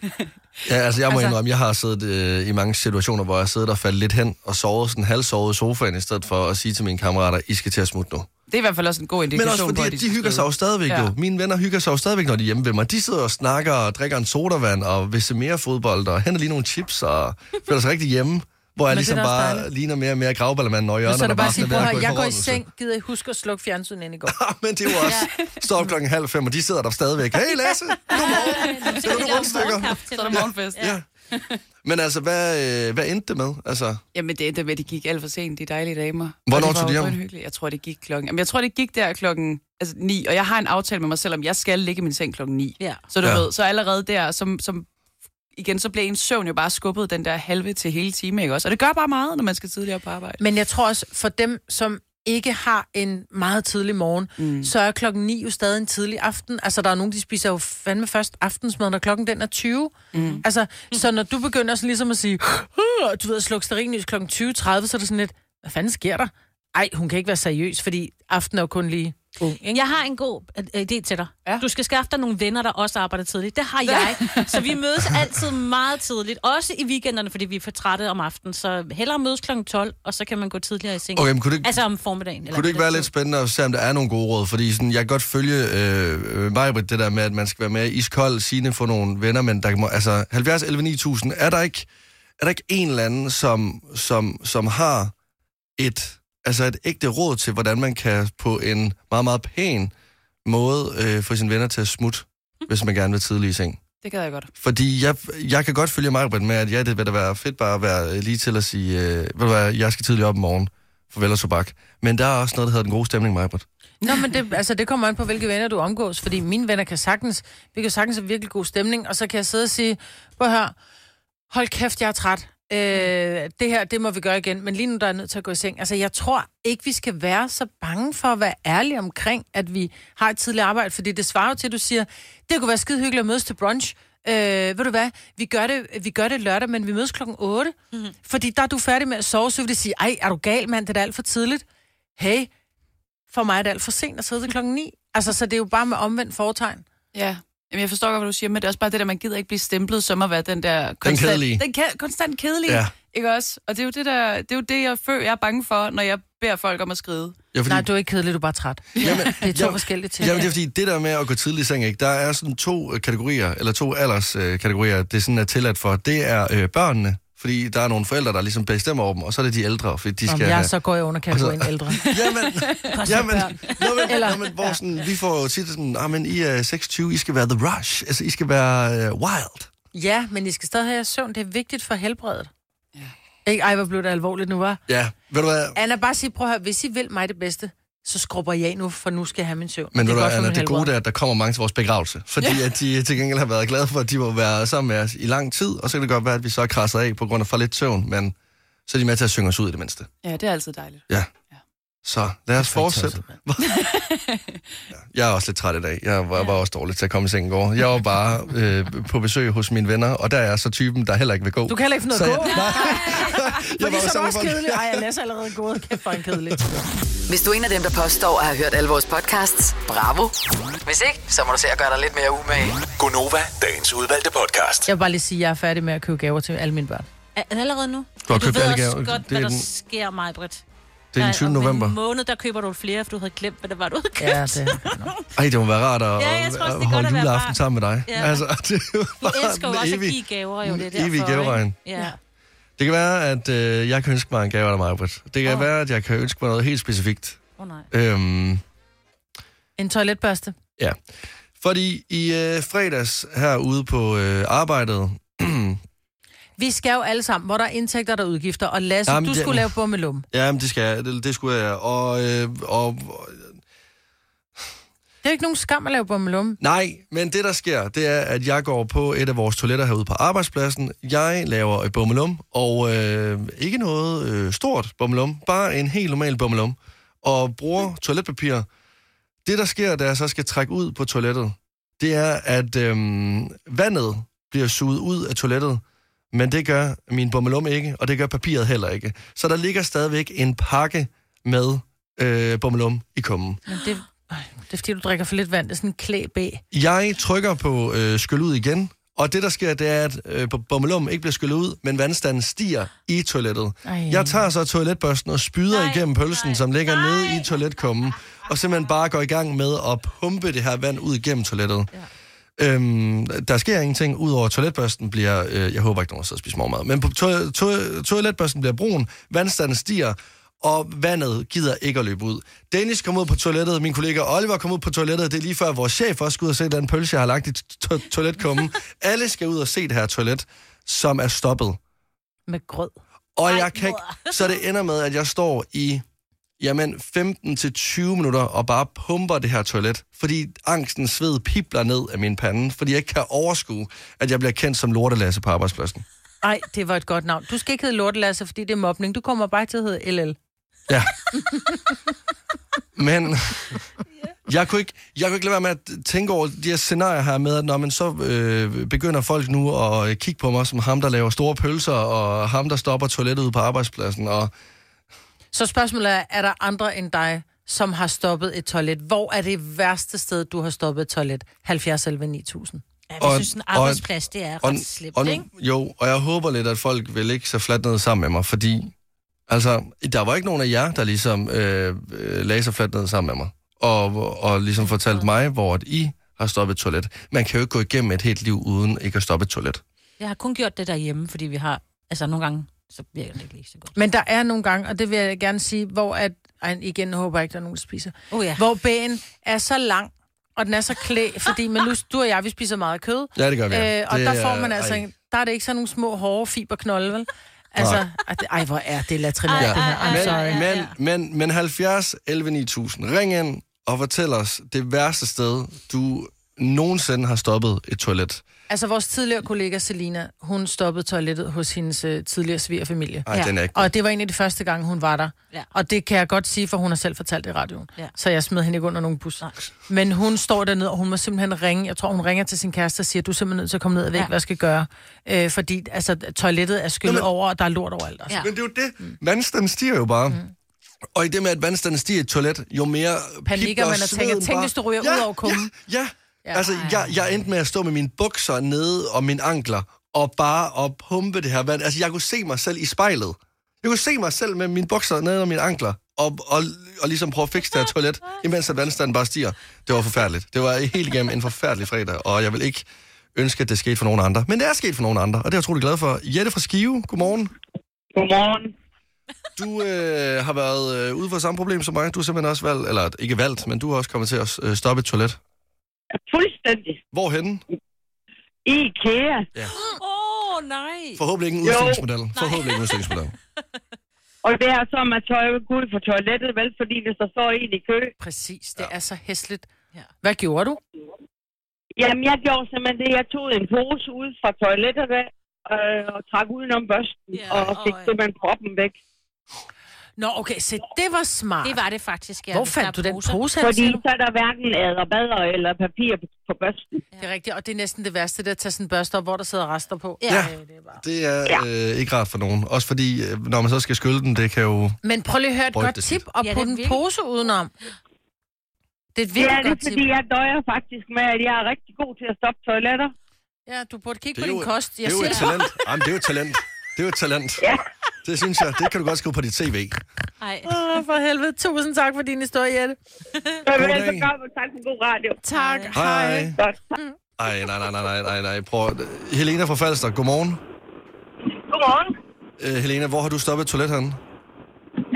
Speaker 1: Ja, altså jeg må altså...
Speaker 2: Altså-
Speaker 1: indrømme, jeg har siddet øh, i mange situationer, hvor jeg har siddet og faldet lidt hen og sovet sådan halvsovet i sofaen, i stedet for at sige til mine kammerater, I skal til at smutte nu.
Speaker 6: Det er i hvert fald også en god indikation
Speaker 1: Men også fordi,
Speaker 6: på,
Speaker 1: at
Speaker 6: de
Speaker 1: de
Speaker 6: skal
Speaker 1: hygger sig
Speaker 6: skride.
Speaker 1: jo stadigvæk ja.
Speaker 6: Ja.
Speaker 1: jo. Mine venner hygger sig jo stadigvæk, når de er hjemme ved mig. De sidder og snakker og drikker en sodavand og vil se mere fodbold og henter lige nogle chips og føler sig rigtig hjemme. Hvor jeg
Speaker 2: Men det er
Speaker 1: ligesom
Speaker 2: da også
Speaker 1: bare
Speaker 2: dejligt.
Speaker 1: ligner mere og mere gravballermanden over hjørnet.
Speaker 2: så er
Speaker 1: der
Speaker 2: det bare at
Speaker 1: sådan
Speaker 2: sige,
Speaker 1: er
Speaker 2: prøv
Speaker 1: ved at
Speaker 2: her, jeg går i
Speaker 1: forrådnelse.
Speaker 2: seng, gider I huske at slukke fjernsynet ind i går.
Speaker 1: Men det er jo også, står op klokken halv fem, og de sidder der stadigvæk. Hey Lasse, godmorgen. Skal du nogle rundstykker?
Speaker 6: Så er der morgenfest.
Speaker 1: Ja. Men altså, hvad, øh, hvad endte det med? Altså,
Speaker 6: Jamen, det endte med, at de gik alt for sent, de dejlige damer.
Speaker 1: Hvornår
Speaker 6: Og det var
Speaker 1: tog de
Speaker 6: jo
Speaker 1: hjem?
Speaker 6: drønhyggeligt. Jeg tror, det gik klokken... Jamen, jeg tror, det gik der klokken altså, 9, og jeg har en aftale med mig selv, om jeg skal ligge i min seng klokken 9.
Speaker 3: Ja.
Speaker 6: Så du
Speaker 1: Ja.
Speaker 6: ja. ved, så allerede der, som, som igen, så blev ens søvn jo bare skubbet den der halve til hele time, ikke også? Og det gør bare meget, når man skal tidligere på arbejde.
Speaker 2: Men jeg tror også, for dem, som ikke har en meget tidlig morgen, mm. så er klokken 9 jo stadig en tidlig aften. Altså, der er nogen, de spiser jo fandme først aftensmad, når klokken den er 20. Mm. Altså, så når du begynder sådan ligesom at sige, "Åh," du ved, at slukke stearinlys klokken 20.30, så er det sådan lidt, hvad fanden sker der? Ej, hun kan ikke være seriøs, fordi aftenen er jo kun lige ung, ikke?
Speaker 3: Jeg har en god øh, idé til dig.
Speaker 6: Ja.
Speaker 3: Ja. Du skal skaffe dig nogle venner, der også arbejder tidligt. Det har jeg. så vi mødes altid meget tidligt. Også i weekenderne, fordi vi er for trætte om aftenen. Så hellere mødes kl. 12, og så kan man gå tidligere i seng.
Speaker 1: okay, men kunne det ikke
Speaker 3: Altså om formiddagen. Eller
Speaker 1: Kunne det ikke være lidt spændende at se, om der er nogle gode råd? Fordi sådan, jeg kan godt følge øh, mig, det der med, at man skal være med iskold, sine for nogle venner, men der må, altså 70, 11, 9000, er der ikke, er der ikke en eller anden, som, som, som har et, altså et ægte råd til, hvordan man kan på en meget, meget pæn måde øh, få sine venner til at smutte, hvis man gerne vil tidlig i seng.
Speaker 6: Det gad jeg godt.
Speaker 1: Fordi jeg, jeg kan godt følge mig med, at ja, det vil da være fedt bare at være øh, lige til at sige, øh, ved du hvad, jeg skal tidligt op i morgen, farvel og tobak. Men der er også noget, der hedder den gode stemning, Majbert.
Speaker 2: Nå, men det, altså, det kommer an på, hvilke venner du omgås, fordi mine venner kan sagtens, vi kan sagtens have virkelig god stemning, og så kan jeg sidde og sige, prøv her, hold kæft, jeg er træt. Øh, det her, det må vi gøre igen, men lige nu der er jeg nødt til at gå i seng. Altså, jeg tror ikke, vi skal være så bange for at være ærlige omkring, at vi har et tidligt arbejde, fordi det svarer jo til, at du siger, det kunne være skide hyggeligt at mødes til brunch, Øh, ved du hvad, vi gør, det, vi gør det lørdag, men vi mødes klokken 8, mm-hmm. fordi der er du færdig med at sove, så vil det sige, ej, er du gal, mand, det er da alt for tidligt. Hey, for mig er det alt for sent at sidde til klokken 9. Altså, så det er jo bare med omvendt foretegn.
Speaker 6: Ja. Jamen, jeg forstår godt, hvad du siger, men det er også bare det der, man gider ikke blive stemplet som at være den der... Konstant,
Speaker 1: kedelige.
Speaker 6: Den ke- konstant kedelige,
Speaker 1: Ja.
Speaker 6: ja. ikke også? Og det er jo det, der, det, er jo det jeg føler, jeg er bange for, når jeg beder folk om at skride.
Speaker 1: Ja, fordi,
Speaker 2: Nej, du er ikke kedelig, du er bare træt. Jamen, det er to
Speaker 1: jamen-
Speaker 2: forskellige ting.
Speaker 1: Jamen, det er fordi, det der med at gå tidligt i seng, ikke? der er sådan to øh, kategorier, eller to alderskategorier, øh, kategorier, det sådan er tilladt for. Det er øh, børnene, fordi der er nogle forældre, der ligesom bestemmer over dem, og så er det de ældre, fordi de skal...
Speaker 2: Om jeg
Speaker 1: have-
Speaker 2: så går jeg under kategorien
Speaker 1: Altså-
Speaker 2: ældre.
Speaker 1: Jamen, jamen, jamen,
Speaker 2: Eller-
Speaker 1: eller, jamen hvor sådan, vi får jo tit sådan, ah, men I er 26, I skal være The Rush, altså I skal være uh, Wild.
Speaker 2: Ja, men I skal stadig have jeres søvn. Det er vigtigt for helbredet. Ja. Ikke, ej, hvor blev det alvorligt nu, var.
Speaker 1: Ja, ved du hvad?
Speaker 2: Anna, bare sig, prøv at høre, hvis I vil mig det bedste, så skrubber jeg af nu, for nu skal jeg have min søvn.
Speaker 1: Men
Speaker 2: det
Speaker 1: ved
Speaker 2: er godt
Speaker 1: du hvad,
Speaker 2: for
Speaker 1: Anna,
Speaker 2: mit
Speaker 1: det gode
Speaker 2: helbred.
Speaker 1: det er, at der kommer mange til vores begravelse. Fordi at de til gengæld har været glade for, at de må være sammen med os i lang tid, og så kan det godt være, at vi så er krasset af på grund af for lidt søvn, men så er de med til at synge os ud i det mindste.
Speaker 6: Ja, det er altid dejligt.
Speaker 1: Ja. Så lad os fortsætte. Jeg er også lidt træt i dag. Jeg var, var også dårlig til at komme i seng i går. Jeg var bare øh, på besøg hos mine venner, og der er jeg så typen, der heller ikke vil gå.
Speaker 2: Du kan heller ikke finde
Speaker 1: så
Speaker 2: noget at gå.
Speaker 1: Jeg,
Speaker 2: Fordi
Speaker 1: nej, jeg
Speaker 2: så
Speaker 1: var jo
Speaker 2: er du
Speaker 1: sammen
Speaker 2: også
Speaker 1: med folk.
Speaker 2: kedelig. Ej, jeg læser allerede gået. Kæft, for en kedelig.
Speaker 4: Hvis du er en af dem, der påstår at have hørt alle vores podcasts, bravo. Hvis ikke, så må du se at gøre dig lidt mere umage.
Speaker 5: Gonova, dagens udvalgte podcast.
Speaker 2: Jeg vil bare lige sige, at jeg er færdig med at købe gaver til alle mine børn.
Speaker 3: Er er det allerede nu?
Speaker 1: Du har
Speaker 3: du
Speaker 1: købt
Speaker 3: ved
Speaker 1: alle
Speaker 3: også
Speaker 1: gaver.
Speaker 3: godt,
Speaker 1: Det er
Speaker 3: hvad der
Speaker 1: den-
Speaker 3: sker, mig, Britt.
Speaker 1: Det er den 20. november.
Speaker 3: Om en måned, der køber du flere, for du havde glemt, hvad det var, du havde købt.
Speaker 2: Ja, det er
Speaker 1: Ej, det må være rart at,
Speaker 3: Ja, jeg tror også, det er
Speaker 1: at
Speaker 3: godt
Speaker 1: holde
Speaker 3: at være
Speaker 1: juleaften
Speaker 3: barn.
Speaker 1: sammen med dig.
Speaker 3: Ja.
Speaker 1: Altså, det er jo
Speaker 3: Du
Speaker 1: bare
Speaker 3: elsker jo
Speaker 1: den
Speaker 3: også at
Speaker 1: evige-
Speaker 3: give gaver, jo. Det er
Speaker 1: den
Speaker 3: derfor,
Speaker 1: evige
Speaker 3: ikke?
Speaker 1: gaveregn.
Speaker 3: Ja.
Speaker 1: Det kan være, at øh, jeg kan ønske mig en gave af dig, Britt. Det kan
Speaker 3: Åh.
Speaker 1: være, at jeg kan ønske mig noget helt specifikt.
Speaker 3: Åh, oh, nej.
Speaker 1: Øhm,
Speaker 2: En toiletbørste.
Speaker 1: Ja. Fordi i øh, fredags herude på øh, arbejdet...
Speaker 2: Vi skal jo alle sammen, hvor der er indtægter og der er udgifter. Og Lasse,
Speaker 1: Jamen,
Speaker 2: Jamen, du
Speaker 1: det-
Speaker 2: skulle lave bummelum.
Speaker 1: Jamen, det skal jeg. Det, det skulle jeg. Og, øh, og, og...
Speaker 2: Det er jo ikke nogen skam at lave bummelum.
Speaker 1: Nej, men det, der sker, det er, at jeg går på et af vores toiletter herude på arbejdspladsen. Jeg laver et bummelum, og øh, ikke noget øh, stort bummelum. Bare en helt normal bummelum. Og bruger toiletpapir. Det, der sker, da jeg så skal trække ud på toilettet, det er, at øh, vandet bliver suget ud af toilettet, men det gør min bummelum ikke, og det gør papiret heller ikke. Så der ligger stadigvæk en pakke med øh, bummelum i kummen.
Speaker 2: Men det, øh, det er fordi, du drikker for lidt vand. Det er sådan en klæb af.
Speaker 1: Jeg trykker på øh, skyl ud igen, og det, der sker, det er, at øh, bommelum ikke bliver skyllet ud, men vandstanden stiger i toilettet.
Speaker 2: Ej.
Speaker 1: Jeg tager så toiletbørsten og spyder
Speaker 3: Nej,
Speaker 1: igennem pølsen,
Speaker 3: nej,
Speaker 1: som ligger
Speaker 3: nej.
Speaker 1: nede i toiletkummen, og simpelthen bare går i gang med at pumpe det her vand ud igennem toilettet. Ja. Øhm, der sker ingenting, udover at toiletbørsten bliver, øh, jeg håber ikke, nogen sidder og spiser morgenmad, men på to- to- toiletbørsten bliver brun, vandstanden stiger, og vandet gider ikke at løbe ud. Dennis kom ud på toilettet, min kollega Oliver kom ud på toilettet, det er lige før vores chef også skulle ud og se den pølse, jeg har lagt i to- toiletkummen. Alle skal ud og se det her toilet, som er stoppet.
Speaker 2: Med grød.
Speaker 1: Og jeg kan ikke, så det ender med, at jeg står i jamen 15-20 minutter og bare pumper det her toilet, fordi angsten sved pipler ned af min pande, fordi jeg ikke kan overskue, at jeg bliver kendt som lortelasse på arbejdspladsen.
Speaker 2: Ej, det var et godt navn. Du skal ikke hedde Lorte Lasse, fordi det er mobning. Du kommer bare til at hedde LL.
Speaker 1: Ja. Men jeg kunne, ikke, jeg kunne ikke lade være med at tænke over de her scenarier her med, at når man så øh, begynder folk nu at øh, kigge på mig som ham, der laver store pølser, og ham, der stopper toilettet ude på arbejdspladsen, og
Speaker 2: Så spørgsmålet er, er der andre end dig, som har stoppet et toilet? Hvor er det værste sted, du har stoppet et toilet? 70 11 9000.
Speaker 3: Ja,
Speaker 1: Og-
Speaker 3: jeg synes, en
Speaker 1: og-
Speaker 3: arbejdsplads, det er ret slemt,
Speaker 1: nu-
Speaker 3: ikke?
Speaker 1: Jo, og jeg håber lidt, at folk vil ikke så fladt ned sammen med mig, fordi altså, der var ikke nogen af jer, der ligesom øh, øh, lagde sig fladt ned sammen med mig, og, og ligesom fortalte mig, hvor at I har stoppet et toilet. Man kan jo ikke gå igennem et helt liv, uden ikke at stoppe et toilet.
Speaker 3: Jeg har kun gjort det derhjemme, fordi vi har... Altså, nogle gange, så virker det ikke lige så godt.
Speaker 2: Men der er nogle gange, og det vil jeg gerne sige, hvor at Ej, igen håber jeg ikke, der er nogen, der spiser.
Speaker 3: Oh, ja.
Speaker 2: Hvor bæen er så lang, og den er så klæ, fordi men nu, du og jeg, vi spiser meget kød.
Speaker 1: Ja, det gør vi.
Speaker 2: Øh, og
Speaker 1: Det
Speaker 2: der får
Speaker 1: er-
Speaker 2: man altså,
Speaker 1: ej.
Speaker 2: en, der er det ikke sådan nogle små, hårde fiberknolde, vel? Altså, ej, det- ej, hvor er det latrinalt,
Speaker 1: Ja.
Speaker 2: det her. I'm sorry.
Speaker 1: Men, men, men, men 70 11 9000. Ring ind og fortæl os det værste sted, du nogensinde har stoppet et toilet.
Speaker 2: Altså, vores tidligere kollega Selina, hun stoppede toilettet hos hendes uh, tidligere svigerfamilie.
Speaker 1: Ej,
Speaker 3: Ja.
Speaker 1: den er ikke god.
Speaker 2: Og det var en af de første gange, hun var der.
Speaker 3: Ja.
Speaker 2: Og det kan jeg godt sige, for hun har selv fortalt det i radioen.
Speaker 3: Ja.
Speaker 2: Så jeg smed hende ikke under nogen bus. Men hun står dernede, og hun må simpelthen ringe. Jeg tror, hun ringer til sin kæreste og siger, du er simpelthen nødt til at komme ned og væk,
Speaker 3: Ja.
Speaker 2: ja. hvad jeg skal gøre. Øh, fordi altså, toilettet er skyllet
Speaker 1: Jamen-
Speaker 2: over, og der er lort overalt. Altså.
Speaker 3: Ja.
Speaker 2: Ja.
Speaker 1: Men det er jo det. Vandstanden stiger jo bare. Mm. Og i det med, at vandstanden stiger i et toilet, jo mere
Speaker 2: Panikker
Speaker 1: pibler
Speaker 2: man og
Speaker 1: sveden
Speaker 2: tænker, tænk,
Speaker 1: bare-
Speaker 2: hvis du ryger ud over kummen.
Speaker 1: Ja, ja, ja.
Speaker 2: Ja.
Speaker 1: Altså, jeg, jeg endte med at stå med mine bukser nede og mine ankler, og bare og pumpe det her vand. Altså, jeg kunne se mig selv i spejlet. Jeg kunne se mig selv med mine bukser nede og mine ankler, og, og, og ligesom prøve at fikse det her toilet, imens at vandstanden bare stiger. Det var forfærdeligt. Det var helt igennem en forfærdelig fredag, og jeg vil ikke ønske, at det skete for nogen andre. Men det er sket for nogen andre, og det er jeg utrolig glad for. Jette fra Skive, godmorgen.
Speaker 7: Godmorgen.
Speaker 1: Du øh, har været øh, ude for samme problem som mig. Du har simpelthen også valgt, eller ikke valgt, men du har også kommet til at øh, stoppe et toilet.
Speaker 7: Fuldstændig.
Speaker 1: Hvorhenne?
Speaker 7: IKEA.
Speaker 3: Åh, oh, nej.
Speaker 1: Forhåbentlig ikke en
Speaker 7: Jo.
Speaker 1: udstillingsmodel. Forhåbentlig ikke en udstillingsmodel.
Speaker 7: Og det er så, at man tør jo ikke ud fra toilettet, vel? Fordi hvis der står en i kø.
Speaker 2: Præcis, det er så hæsligt. Hvad gjorde du?
Speaker 7: Jamen, jeg gjorde simpelthen det. Jeg tog en pose ud fra toilettet af, øh, og trak udenom børsten,
Speaker 3: Ja,
Speaker 7: yeah, og fik
Speaker 3: øj.
Speaker 7: simpelthen proppen væk.
Speaker 2: øh, Nå, okay, se, det var smart.
Speaker 3: Det var det faktisk, ja.
Speaker 2: Hvor
Speaker 3: hvis der
Speaker 2: fandt
Speaker 3: er
Speaker 2: du den
Speaker 3: poser.
Speaker 2: pose? hen,
Speaker 7: Fordi
Speaker 2: siger du?
Speaker 7: så er der hverken æderbader eller papir på børsten.
Speaker 2: Det er rigtigt, og det er næsten det værste, det er at tage sådan en børste op, hvor der sidder rester på.
Speaker 3: Ja.
Speaker 1: Ja.
Speaker 2: det er bare...
Speaker 1: Det er øh, ikke rart for nogen. Også fordi, øh, når man så skal skylde den, det kan jo...
Speaker 2: Men prøv lige at høre et
Speaker 1: Prøv
Speaker 2: godt
Speaker 1: det
Speaker 2: tip, og
Speaker 3: Ja,
Speaker 2: ja,
Speaker 3: det er
Speaker 2: putte en
Speaker 3: virkelig-
Speaker 2: pose udenom. Det er et
Speaker 7: Det
Speaker 2: virkelig
Speaker 7: er det,
Speaker 2: godt tip.
Speaker 7: fordi jeg døjer faktisk med, at jeg er rigtig god til at stoppe toiletter.
Speaker 2: Ja, du burde kigge
Speaker 1: Det
Speaker 2: på
Speaker 1: er
Speaker 2: din
Speaker 1: jo,
Speaker 2: kost.
Speaker 1: det
Speaker 2: Jeg
Speaker 1: er jo
Speaker 2: siger
Speaker 1: et
Speaker 2: det.
Speaker 1: talent. Jamen, det er jo et talent. Det er jo et talent.
Speaker 7: Ja.
Speaker 1: Det synes jeg, det kan du godt skrive på dit CV.
Speaker 3: Nej.
Speaker 2: Åh, for helvede. Tusind tak for din historie, Jette.
Speaker 7: Så
Speaker 1: God
Speaker 7: vel,
Speaker 1: dag.
Speaker 7: så gør man altså, tak for god radio.
Speaker 2: Tak.
Speaker 1: Hej.
Speaker 7: Godt.
Speaker 1: Ej, nej, nej, nej, nej, nej, nej. Prøv. Helena fra Falster, godmorgen.
Speaker 7: Godmorgen.
Speaker 1: Øh, Helena, hvor har du stoppet et toilet henne?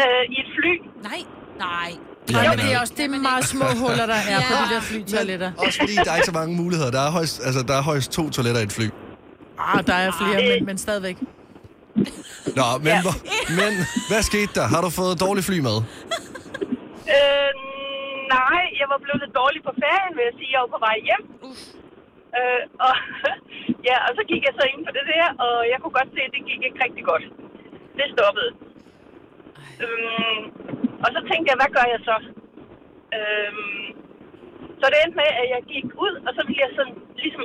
Speaker 7: Øh, I et fly.
Speaker 3: Nej. Nej.
Speaker 2: Jo,
Speaker 1: Jamen,
Speaker 2: det er også det er meget små huller, der er på
Speaker 3: Ja.
Speaker 2: de der flytoiletter.
Speaker 1: Også fordi, der er ikke så mange muligheder. Der er højst, altså, der er højst to toiletter i et fly.
Speaker 2: Ah, der er flere, men, men stadigvæk.
Speaker 7: Øh,
Speaker 1: Nå, men, ja. hvor, men hvad skete der? Har du fået dårlig flymad?
Speaker 7: Øh, nej, jeg var blevet lidt dårlig på ferien, vil jeg sige. Jeg var på vej hjem. Øh, og, ja, og så gik jeg så ind på det der, og jeg kunne godt se, at det gik ikke rigtig godt. Det stoppede. Øhm, og så tænkte jeg, hvad gør jeg så? Øhm, så det endte med, at jeg gik ud, og så ville jeg sådan ligesom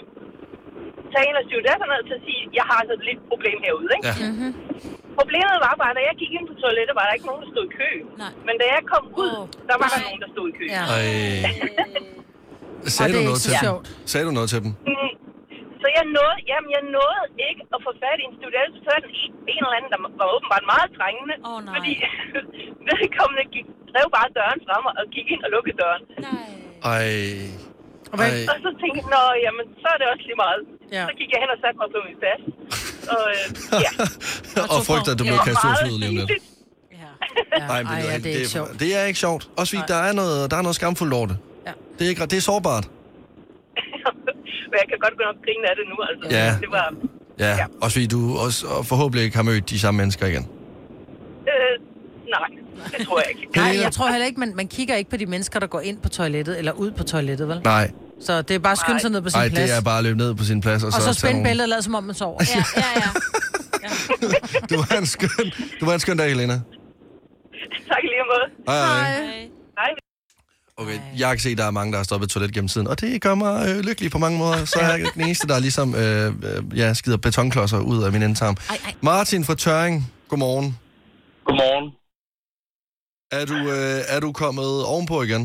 Speaker 7: tage en af stewardesserne til at sige, jeg har altså et lidt problem herude, ikke?
Speaker 1: Ja. Mhm.
Speaker 7: Problemet var bare, at da jeg gik ind på toilettet, var der ikke nogen, der stod i kø.
Speaker 3: Nej.
Speaker 7: Men da jeg kom ud,
Speaker 3: Åh,
Speaker 7: der var der
Speaker 3: nej.
Speaker 7: nogen, der stod i kø.
Speaker 2: Ja.
Speaker 1: Ej.
Speaker 2: Og
Speaker 1: Sagde
Speaker 2: det
Speaker 1: du
Speaker 2: er
Speaker 1: noget
Speaker 2: ikke
Speaker 1: til
Speaker 2: så
Speaker 1: dem?
Speaker 2: sjovt.
Speaker 1: Sagde du noget til dem?
Speaker 7: Mm. Så jeg nåede, jamen, jeg nåede ikke at få fat i en student, før den en, en eller anden, der var åbenbart meget trængende.
Speaker 3: Åh, nej.
Speaker 7: Fordi vedkommende gik, drev bare døren frem og gik ind og lukkede døren.
Speaker 3: Nej.
Speaker 1: Ej.
Speaker 2: Hvad-
Speaker 1: Ej.
Speaker 7: Og så tænkte jeg, nå, jamen, så er det også lige meget.
Speaker 2: Ja.
Speaker 7: Så gik jeg hen og satte mig på min plads. Og øh, ja,
Speaker 1: og frygter, at du bliver
Speaker 7: det
Speaker 1: kastet ud
Speaker 7: var
Speaker 1: af flyet lige om lidt.
Speaker 7: pinligt.
Speaker 3: Ja.
Speaker 2: Ja.
Speaker 1: Ej, men
Speaker 2: Ej, ja, det er ikke sjovt.
Speaker 1: Det er ikke sjovt. Også fordi der er noget, der er noget skamfuldt over det.
Speaker 2: Ja.
Speaker 1: Det er, ikke, det er sårbart.
Speaker 7: Men jeg kan godt gå nok grine af det nu, altså.
Speaker 1: Ja.
Speaker 7: Det var,
Speaker 1: Ja. ja.
Speaker 7: Ja.
Speaker 1: Også fordi du også, og forhåbentlig ikke har mødt de samme mennesker igen.
Speaker 7: øh, nej, det tror jeg ikke.
Speaker 2: Nej, jeg tror heller ikke, man, man kigger ikke på de mennesker, der går ind på toilettet, eller ud på toilettet, vel?
Speaker 1: Nej,
Speaker 2: Så det er bare at skynde sig ned på sin
Speaker 1: Nej
Speaker 2: plads.
Speaker 1: det er bare at løbe ned på sin plads. Og,
Speaker 2: Og så
Speaker 1: tage
Speaker 2: spænde
Speaker 1: nogle-
Speaker 2: bæltet og lade som om, man sover.
Speaker 3: Ja, ja, ja.
Speaker 1: Du var en skøn, du var en skøn dag, Helena.
Speaker 7: Tak i lige måde.
Speaker 1: Hej, hej.
Speaker 3: Nej.
Speaker 7: Hej.
Speaker 1: Okay, jeg kan se, at der er mange, der har stoppet et toilet gennem tiden, og det gør mig øh, lykkelig på mange måder. Så er jeg ikke den eneste, der ligesom, øh, øh, ja, skider betonklodser ud af min indtarm.
Speaker 3: Ej, ej.
Speaker 1: Martin fra Tøring, godmorgen.
Speaker 8: Godmorgen.
Speaker 1: Er du, øh, er du kommet ovenpå igen?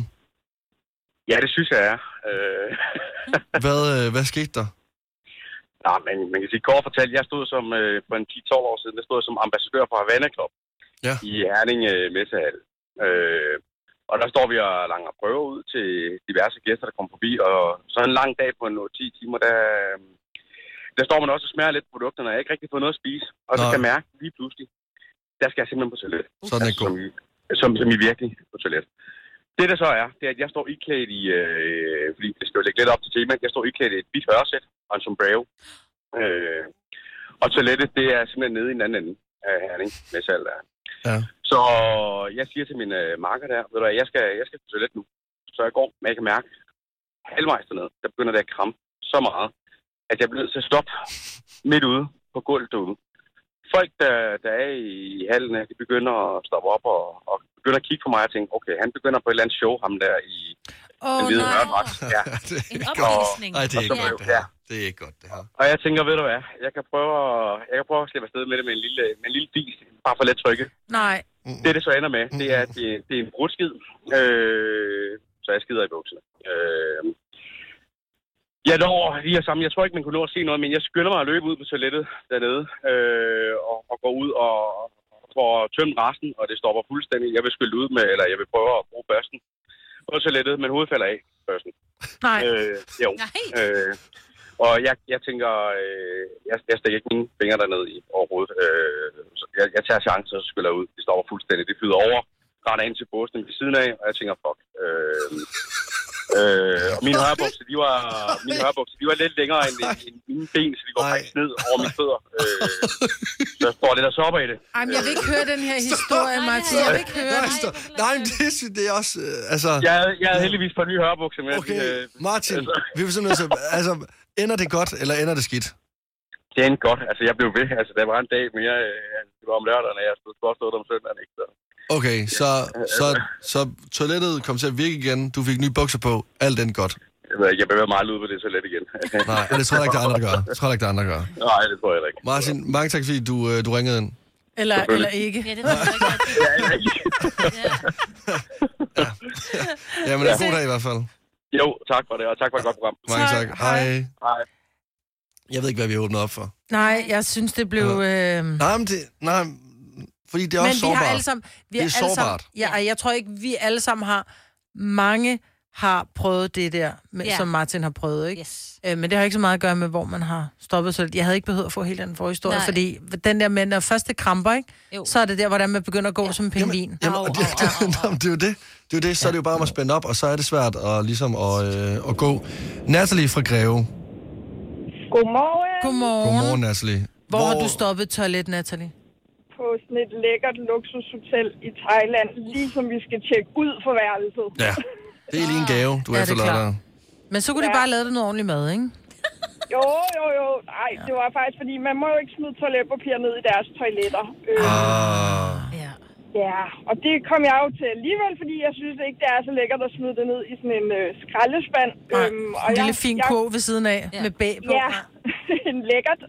Speaker 8: Ja, det synes jeg er. Øh,
Speaker 1: Hvad, øh, hvad skete der?
Speaker 8: nej, men man kan sige, kort fortalt, jeg stod som, øh, for en 10-12 år siden, der stod jeg som ambassadør for Havana Club
Speaker 1: Ja.
Speaker 8: i Herning øh, Messehal. Øh, og der står vi og langer prøver ud til diverse gæster, der kommer forbi, og så en lang dag på en 10 timer, der, øh, der står man også og smager lidt på produkterne, og jeg har ikke rigtig fået noget at spise, og så
Speaker 1: Nej.
Speaker 8: kan jeg mærke lige pludselig, der skal jeg simpelthen på toilet.
Speaker 1: Så er den ikke
Speaker 8: Altså,
Speaker 1: god.
Speaker 8: som- som, som I virkelig på toilet. Det der så er, det er, at jeg står iklædt i, øh, fordi det skal jo lægge lidt op til temaet, jeg står iklædt i et hvidt hørsæt og en sombrero. Øh, og toilettet, det er simpelthen nede i en anden ende af herning med salt der.
Speaker 1: Ja.
Speaker 8: Så jeg siger til min øh, marker der, ved du hvad, jeg skal, jeg skal på toilet nu. Så jeg går, men jeg kan mærke, halvvejs dernede, der begynder det at krampe så meget, at jeg bliver nødt til at stoppe midt ude på gulvet derude. Folk, der, der er i hallen, her, de begynder at stoppe op og, og begynder at kigge på mig og tænke, okay, han begynder på et eller andet show, ham der i
Speaker 3: Åh,
Speaker 8: den
Speaker 3: oh,
Speaker 8: hvide
Speaker 3: nej.
Speaker 8: hørdragt. Ja.
Speaker 1: det er
Speaker 3: En
Speaker 1: ikke godt.
Speaker 3: opvisning.
Speaker 1: Nej, det er ikke
Speaker 8: Ja.
Speaker 1: godt, det her. Det er ikke godt, det her.
Speaker 8: Og jeg tænker, ved du hvad, jeg kan prøve at, jeg kan prøve at slippe afsted med det med en lille, med en lille dis, bare for let trykke.
Speaker 2: Nej.
Speaker 8: Det, det så ender med, det er, at det, det er en brudskid. Øh, så jeg skider i bukserne. Øh, jeg når lige at sammen. Jeg tror ikke, man kunne nå at se noget, men jeg skynder mig at løbe ud på toilettet dernede øh, og, og går ud og får tømt resten, og det stopper fuldstændig. Jeg vil skylle ud med, eller jeg vil prøve at bruge børsten på toilettet, men hovedet falder af børsten.
Speaker 2: Nej.
Speaker 8: Øh, jo.
Speaker 3: Nej.
Speaker 8: Øh, og jeg, jeg tænker, øh, jeg, jeg stikker ikke mine fingre derned i overhovedet. Øh, så jeg, jeg tager chancen og spiller ud. Det stopper fuldstændig. Det flyder over. Render ind til båsen ved siden af, og jeg tænker, fuck. Øh, øh, og mine hørbukser, de var, mine hørbukser, de var lidt længere end, end mine ben, så de går
Speaker 1: Ej.
Speaker 8: faktisk ned over mine fødder. Øh, så jeg står lidt og sopper i det.
Speaker 2: Ej, men jeg vil ikke høre den her historie,
Speaker 3: Nej,
Speaker 2: Martin.
Speaker 3: nej,
Speaker 2: Jeg vil ikke høre
Speaker 3: nej.
Speaker 2: den.
Speaker 1: Nej, stop. Nej, men det, sy- det er også... øh, Altså,
Speaker 8: Jeg, havde- jeg havde heldigvis på nye hørbukser med.
Speaker 1: okay,
Speaker 8: Øh,
Speaker 1: Martin, vi er simpelthen så... Altså, ender det godt, eller ender det skidt?
Speaker 8: det endte godt. Altså, jeg blev ved. Altså, der var en dag mere. Øh, det var om lørdagen, og jeg skulle også stå der om søndagen. Ikke? Så.
Speaker 1: Okay, så, så, så toilettet kom til at virke igen, du fik nye bukser på, alt den godt.
Speaker 8: Jeg ved ikke, jeg bevæger mig aldrig ud på det toilet igen.
Speaker 1: Nej, og det tror jeg ikke, der er andre, der gør. Det tror jeg ikke, der er andre, der gør.
Speaker 8: Nej, det tror jeg heller ikke.
Speaker 1: Martin, mange tak, fordi du, øh, du ringede ind.
Speaker 2: Eller, eller ikke.
Speaker 3: Ja, det tror jeg ikke.
Speaker 8: Ja, heller ikke.
Speaker 1: Jamen, en god dag i hvert fald.
Speaker 8: Jo, tak for det, og tak for et godt program.
Speaker 1: Mange tak.
Speaker 2: Tak,
Speaker 1: Hej.
Speaker 2: hej.
Speaker 8: Hej.
Speaker 1: Jeg ved ikke, hvad vi har åbnet op for.
Speaker 2: Nej, jeg synes, det blev... Øh...
Speaker 1: Nej, men det, nej, fordi det er også
Speaker 2: Men vi
Speaker 1: sårbart.
Speaker 2: har alle sammen... Vi
Speaker 1: Det er
Speaker 2: alle
Speaker 1: sårbart.
Speaker 2: Sammen, ja, og jeg tror ikke, vi alle sammen har... Mange har prøvet det der, med,
Speaker 3: Ja.
Speaker 2: som Martin har prøvet, ikke?
Speaker 3: Yes.
Speaker 2: Øh, men det har ikke så meget at gøre med, hvor man har stoppet. Så jeg havde ikke behøvet at få hele den forhistorie,
Speaker 3: Nej.
Speaker 2: fordi den der med, når første kramper, ikke?
Speaker 3: Jo.
Speaker 2: så er det der, hvordan man begynder at gå ja. som en pingvin.
Speaker 1: Jamen, og det, det, jamen, det, er jo det. Det er jo det. Så er det jo bare om at spænde op, og så er det svært at, ligesom at, øh, at gå. Natalie fra Greve.
Speaker 9: Godmorgen
Speaker 2: Godmorgen.
Speaker 1: Godmorgen, Natalie.
Speaker 2: Hvor, Hvor har du stoppet toilet, Natalie?
Speaker 9: på sådan et lækkert luksushotel i Thailand, lige som vi skal tjekke ud for værelset.
Speaker 1: Ja, det er lige en gave, du
Speaker 2: Ja, det er
Speaker 1: efterlader
Speaker 2: klart.
Speaker 1: dig.
Speaker 2: Men så kunne ja. de
Speaker 9: Ja.
Speaker 2: bare lave det noget ordentligt mad,
Speaker 9: Mm,
Speaker 2: ikke?
Speaker 9: Jo, jo, jo. Nej, det var faktisk, fordi man må jo ikke smide toiletpapir ned i deres toiletter. Øh,
Speaker 1: Ah.
Speaker 2: Ja.
Speaker 9: Ja, og det kom jeg jo til alligevel, fordi jeg synes ikke, det er så lækkert at smide det ned i sådan en øh, skraldespand.
Speaker 2: Nej,
Speaker 9: Øhm,
Speaker 2: en lille fin kurv ved siden af,
Speaker 3: Ja.
Speaker 2: ja. med bag på.
Speaker 9: Ja, en lækkert.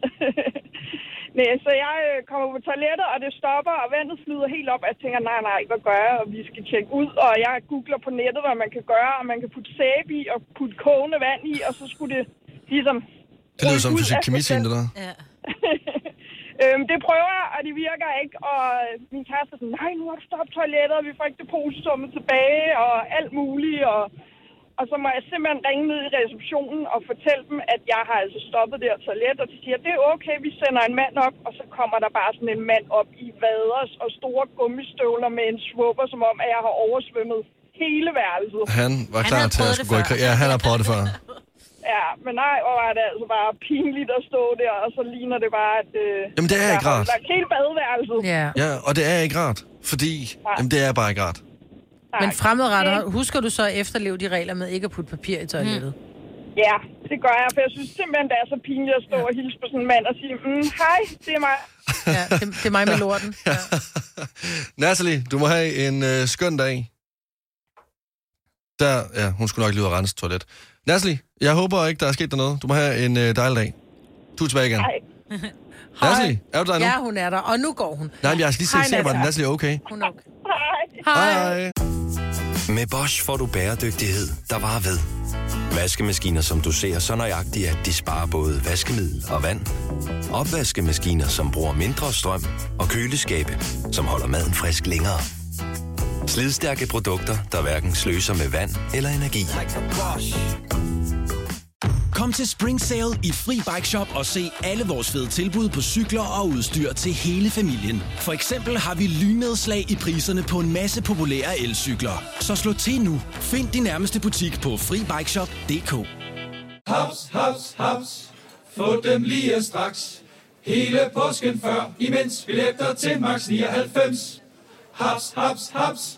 Speaker 9: nej, så jeg øh, kommer på toilettet, og det stopper, og vandet flyder helt op. og Jeg tænker, nej, nej, hvad gør jeg? Og vi skal tjekke ud, og jeg googler på nettet, hvad man kan gøre, og man kan putte sæbe i, og putte kogende vand i, og så skulle det ligesom...
Speaker 1: Det lyder
Speaker 9: rulles
Speaker 1: som
Speaker 9: ud af
Speaker 1: fysik
Speaker 9: sig
Speaker 1: kemi
Speaker 9: selv.
Speaker 1: det der.
Speaker 3: Ja.
Speaker 9: øhm, det prøver jeg, og det virker ikke. Og øh, min kæreste er sådan, nej, nu har du stoppet toilettet, og vi får ikke depositsummet tilbage, og alt muligt. Og, og så må jeg simpelthen ringe ned i receptionen og fortælle dem, at jeg har altså stoppet det her toilet. Og de siger, det er okay, vi sender en mand op. Og så kommer der bare sådan en mand op i vaders og store gummistøvler med en svupper, som om, at jeg har oversvømmet hele værelset.
Speaker 1: Han var
Speaker 3: Han
Speaker 1: klar
Speaker 3: havde
Speaker 1: til at
Speaker 3: prøvet
Speaker 1: skulle
Speaker 3: det
Speaker 1: gå i
Speaker 3: før.
Speaker 1: krig. Ja, han har prøvet det før.
Speaker 9: Ja, men nej, hvor var det altså bare pinligt at stå der, og så ligner det bare, at... Øh,
Speaker 1: Jamen, det er
Speaker 9: jeg
Speaker 1: ikke
Speaker 9: har
Speaker 1: rart.
Speaker 9: ødelagt hele badeværelset.
Speaker 2: Ja.
Speaker 1: Ja, og det er ikke rart, fordi... Jamen, det er bare ikke rart.
Speaker 2: Men fremadrettet, husker du så at efterleve de regler med ikke at putte papir i toilettet? Mm.
Speaker 9: Ja, det gør jeg, for jeg synes simpelthen, det er så pinligt at stå og hilse på sådan en mand og sige, mm, hej, det er mig.
Speaker 2: Ja, det, det er mig med lorten. Ja.
Speaker 1: Natalie, du må have en øh, skøn dag. Der, ja, hun skulle nok lige ud og rense toilet. Natalie, jeg håber ikke, der er sket dig noget. Du må have en øh, dejlig dag. Du er tilbage igen.
Speaker 9: Hej.
Speaker 1: Natalie, er du der nu?
Speaker 2: ja, hun er der, og nu går hun.
Speaker 1: Nej, men jeg er lige
Speaker 2: Hej,
Speaker 1: sikker sikker på, at
Speaker 2: Natalie.
Speaker 1: Natalie er okay.
Speaker 2: Hun er okay.
Speaker 9: Hej.
Speaker 2: Hej.
Speaker 1: Hej.
Speaker 5: Med Bosch får du bæredygtighed, der varer ved. Vaskemaskiner, som du ser så nøjagtigt, at de sparer både vaskemiddel og vand. Opvaskemaskiner, som bruger mindre strøm. Og køleskabe, som holder maden frisk længere. Slidstærke produkter, der hverken sløser med vand eller energi. Kom
Speaker 10: Kom til Spring Sale i Fri Bike Shop og se alle vores fede tilbud på cykler og udstyr til hele familien. For eksempel har vi lynedslag i priserne på en masse populære elcykler. Så slå til nu. Find din nærmeste butik på FriBikeShop.dk
Speaker 11: Haps, haps, haps. Få dem lige straks. Hele påsken før, imens billetter til max 99. Haps, haps, haps.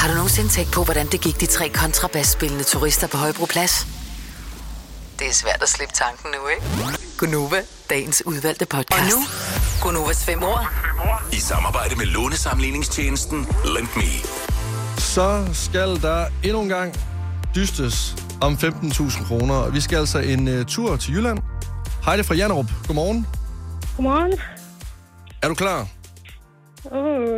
Speaker 4: Har du nogensinde tænkt på, hvordan det gik de tre kontrabasspillende turister på Højbroplads? Det er svært at slippe tanken nu, ikke? Gunova, dagens udvalgte podcast. Og nu, Gunovas fem år.
Speaker 12: I samarbejde med lånesamligningstjenesten Lend Me.
Speaker 1: Så skal der endnu en gang dystes om 15.000 kroner. Og Vi skal altså en uh, tur til Jylland. Heidi fra Jannerup, godmorgen.
Speaker 13: Godmorgen.
Speaker 1: Er du klar?
Speaker 13: Uh,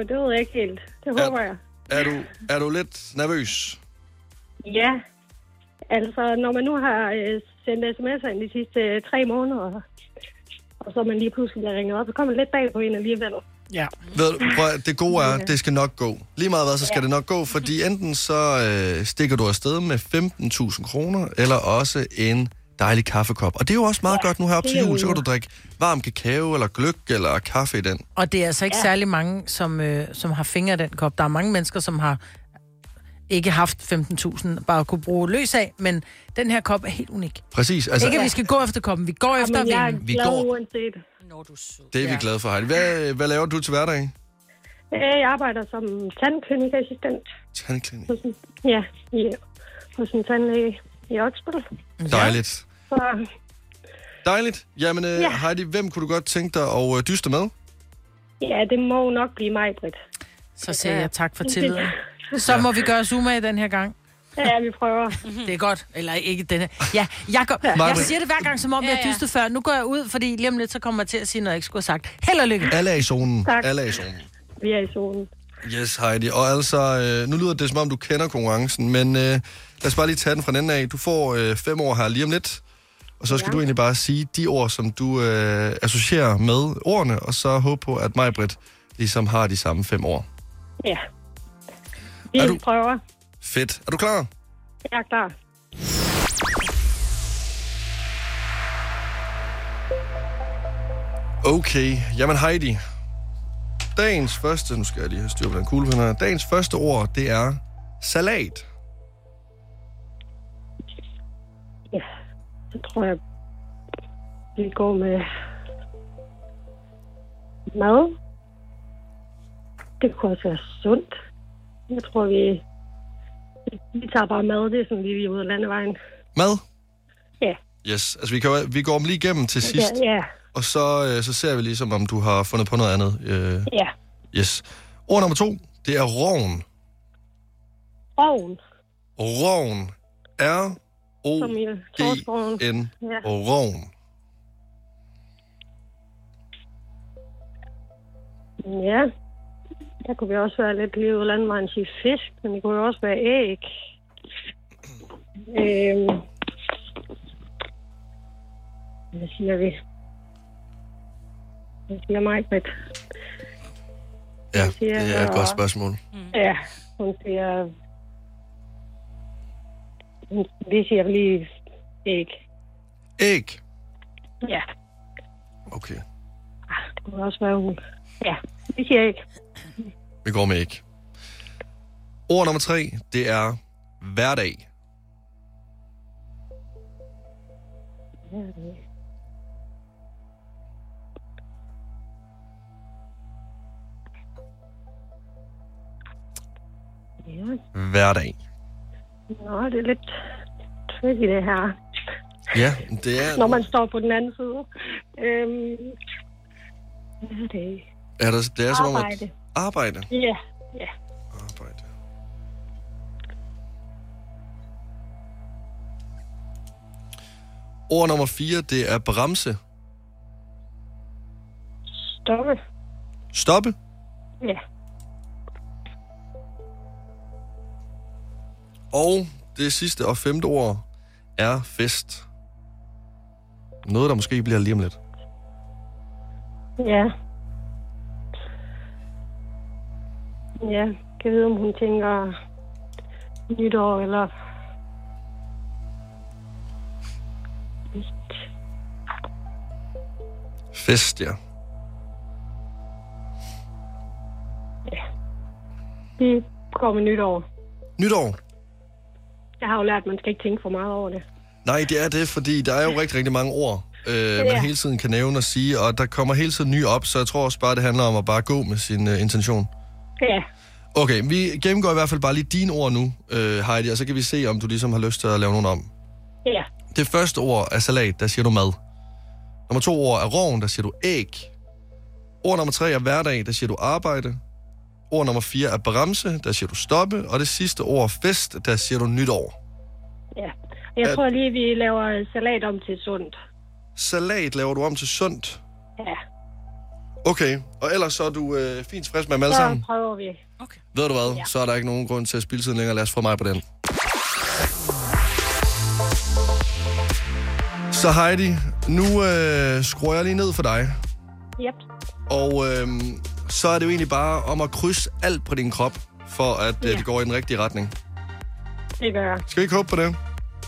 Speaker 13: det ved jeg ikke helt. Det håber jeg.
Speaker 1: Er du, er du lidt nervøs?
Speaker 13: Ja. Altså, når man nu har øh, sendt sms'er ind de sidste øh, tre måneder, og så man lige pludselig bliver ringet op, så kommer det lidt bag på en alligevel.
Speaker 2: Ja.
Speaker 1: Ved du, prøv, at- det gode er,
Speaker 13: Okay.
Speaker 1: det skal nok gå. Lige meget hvad, så skal
Speaker 13: Ja.
Speaker 1: det nok gå, fordi enten så øh, stikker du afsted med 15.000 kroner, eller også en dejlig kaffekop. Og det er jo også meget ja, godt nu heroppe
Speaker 2: det
Speaker 1: til
Speaker 2: er
Speaker 1: jul, så
Speaker 2: jo-
Speaker 1: kan du drikke varm kakao, eller gløk, eller kaffe i den.
Speaker 2: Og det er altså ikke ja. særlig mange, som, øh, som har fingre i den kop. Der er mange mennesker, som har ikke haft 15.000, bare kunne bruge løs af, men den her kop er helt unik.
Speaker 1: Præcis.
Speaker 2: Altså,
Speaker 1: Altså,
Speaker 2: ikke, at vi skal gå efter koppen. Vi går efter
Speaker 13: Jamen, jeg er
Speaker 2: vinden.
Speaker 1: Vi glad går-
Speaker 13: uanset.
Speaker 1: Det er vi glade for, Heidi. Hvad, hvad laver du til hverdag?
Speaker 13: Øh, Jeg arbejder som tandklinikassistent
Speaker 1: Tandklinik.
Speaker 13: hos en, ja, i, hos en tandlæge i Oksbøl.
Speaker 1: Dejligt.
Speaker 13: Så
Speaker 1: Dejligt. Jamen, øh, ja. Heidi, hvem kunne du godt tænke dig at øh, dyste med?
Speaker 13: ja, det må nok blive mig, Britt.
Speaker 2: Så sagde
Speaker 13: Ja.
Speaker 2: jeg tak for tilliden. Så må vi gøre os umage den her gang.
Speaker 13: Ja, vi prøver.
Speaker 2: Det er godt. Eller ikke den her. Ja, jeg, går, jeg
Speaker 1: Maja.
Speaker 2: siger det hver gang, som om
Speaker 3: Ja,
Speaker 2: jeg har
Speaker 3: ja.
Speaker 2: dystet før. Nu går jeg ud, fordi lige om lidt, så kommer jeg til at sige noget, jeg ikke skulle have sagt. Held og lykke.
Speaker 1: Alle er i zonen.
Speaker 2: Tak.
Speaker 1: Alle er i zonen.
Speaker 13: Vi er i solen.
Speaker 1: Yes, Heidi. Og altså, øh, nu lyder det som om, du kender konkurrencen, men øh, lad os bare lige tage den fra den ende af. Du får øh, fem år her lige om lidt, og så skal ja. du egentlig bare sige de ord, som du øh, associerer med ordene, og så håbe på, at Majbrit ligesom har de samme fem år.
Speaker 13: Ja. Vi
Speaker 1: Er du-
Speaker 13: prøver.
Speaker 1: Fedt. Er du klar?
Speaker 13: Jeg er klar.
Speaker 1: Okay. Jamen, Heidi. Dagens første... Nu skal jeg lige have styr på den kuglepen her. Dagens første ord, det er salat.
Speaker 13: Ja, så tror jeg, vi går med mad. Det kunne også være sundt. Jeg tror, vi, vi tager bare mad. Det er sådan lige ude af landevejen.
Speaker 1: Mad?
Speaker 13: Ja.
Speaker 1: Yes. Altså, vi, kan, jo- vi går dem lige igennem til sidst.
Speaker 13: Ja, ja,
Speaker 1: Og så, øh, så ser vi ligesom, om du har fundet på noget andet. Øh,
Speaker 13: ja.
Speaker 1: yes. Ord nummer to, det er roven.
Speaker 13: Roven,
Speaker 1: Roven.
Speaker 13: som i torsroven.
Speaker 1: R-O-G-N.
Speaker 13: Ja.
Speaker 1: Roven.
Speaker 13: Ja, der kunne vi også være lidt lige ude af landevejen sige fisk, men det kunne jo også være æg. Øhm, hvad siger vi? Hvad siger mig, Britt?
Speaker 1: Ja,
Speaker 13: siger
Speaker 1: det er et
Speaker 13: jeg.
Speaker 1: godt spørgsmål.
Speaker 13: Ja, hun siger... Hun- Vi siger lige æg.
Speaker 1: Æg.
Speaker 13: Ja, Ah,
Speaker 1: Okay,
Speaker 13: det kunne også være hun. Ja, vi siger æg.
Speaker 1: vi går med æg. Ord nummer tre, det er hverdag.
Speaker 13: Ja,
Speaker 1: Hverdag.
Speaker 13: nå, det er lidt tricky det her.
Speaker 1: Ja, det er...
Speaker 13: når man står på den anden side. Øhm, hvad er det?
Speaker 1: er der, det er som om, at...
Speaker 13: Arbejde.
Speaker 1: Arbejde.
Speaker 13: Ja, ja.
Speaker 1: Arbejde. Ord nummer 4, det er bremse.
Speaker 13: stoppe.
Speaker 1: Stoppe?
Speaker 13: Ja.
Speaker 1: Og det sidste og femte ord er fest. Noget, der måske bliver lige om lidt.
Speaker 13: Ja. Ja, kan vide, om hun tænker nytår, eller...
Speaker 1: Fest, ja.
Speaker 13: Vi går med nytår.
Speaker 1: Nytår.
Speaker 13: Jeg har jo lært, at man skal ikke tænke for meget over det.
Speaker 1: Nej, det er det, fordi der er jo rigtig, rigtig mange ord, øh, man
Speaker 13: Ja.
Speaker 1: hele tiden kan nævne og sige, og der kommer hele tiden nye op, så jeg tror også bare, det handler om at bare gå med sin øh, intention.
Speaker 13: Ja,
Speaker 1: Okay, vi gennemgår i hvert fald bare lige dine ord nu, øh, Heidi, og så kan vi se, om du ligesom har lyst til at lave nogle om.
Speaker 13: ja,
Speaker 1: Det første ord er salat, der siger du mad. Nummer to ord er roven, der siger du æg. Ord nummer tre er hverdag, der siger du arbejde. Ord nummer fire er bremse, der siger du stoppe. Og det sidste ord er fest, der siger du nytår.
Speaker 13: ja. Jeg
Speaker 1: Ja.
Speaker 13: tror lige, vi laver salat om til sundt.
Speaker 1: Salat laver du om til sundt.
Speaker 13: Ja,
Speaker 1: Okay, og ellers så er du øh, fint frisk med dem alle
Speaker 13: så
Speaker 1: sammen.
Speaker 13: prøver vi.
Speaker 1: Ved du hvad, så er der ikke nogen grund til at spille tiden længere. Lad os få mig på den. Så Heidi, nu øh, skruer jeg lige ned for dig.
Speaker 13: Yep.
Speaker 1: Og øhm, så er det jo egentlig bare om at krydse alt på din krop, for at øh,
Speaker 13: Ja.
Speaker 1: det går i den rigtige retning.
Speaker 13: Det gør jeg.
Speaker 1: Skal vi ikke håbe på det?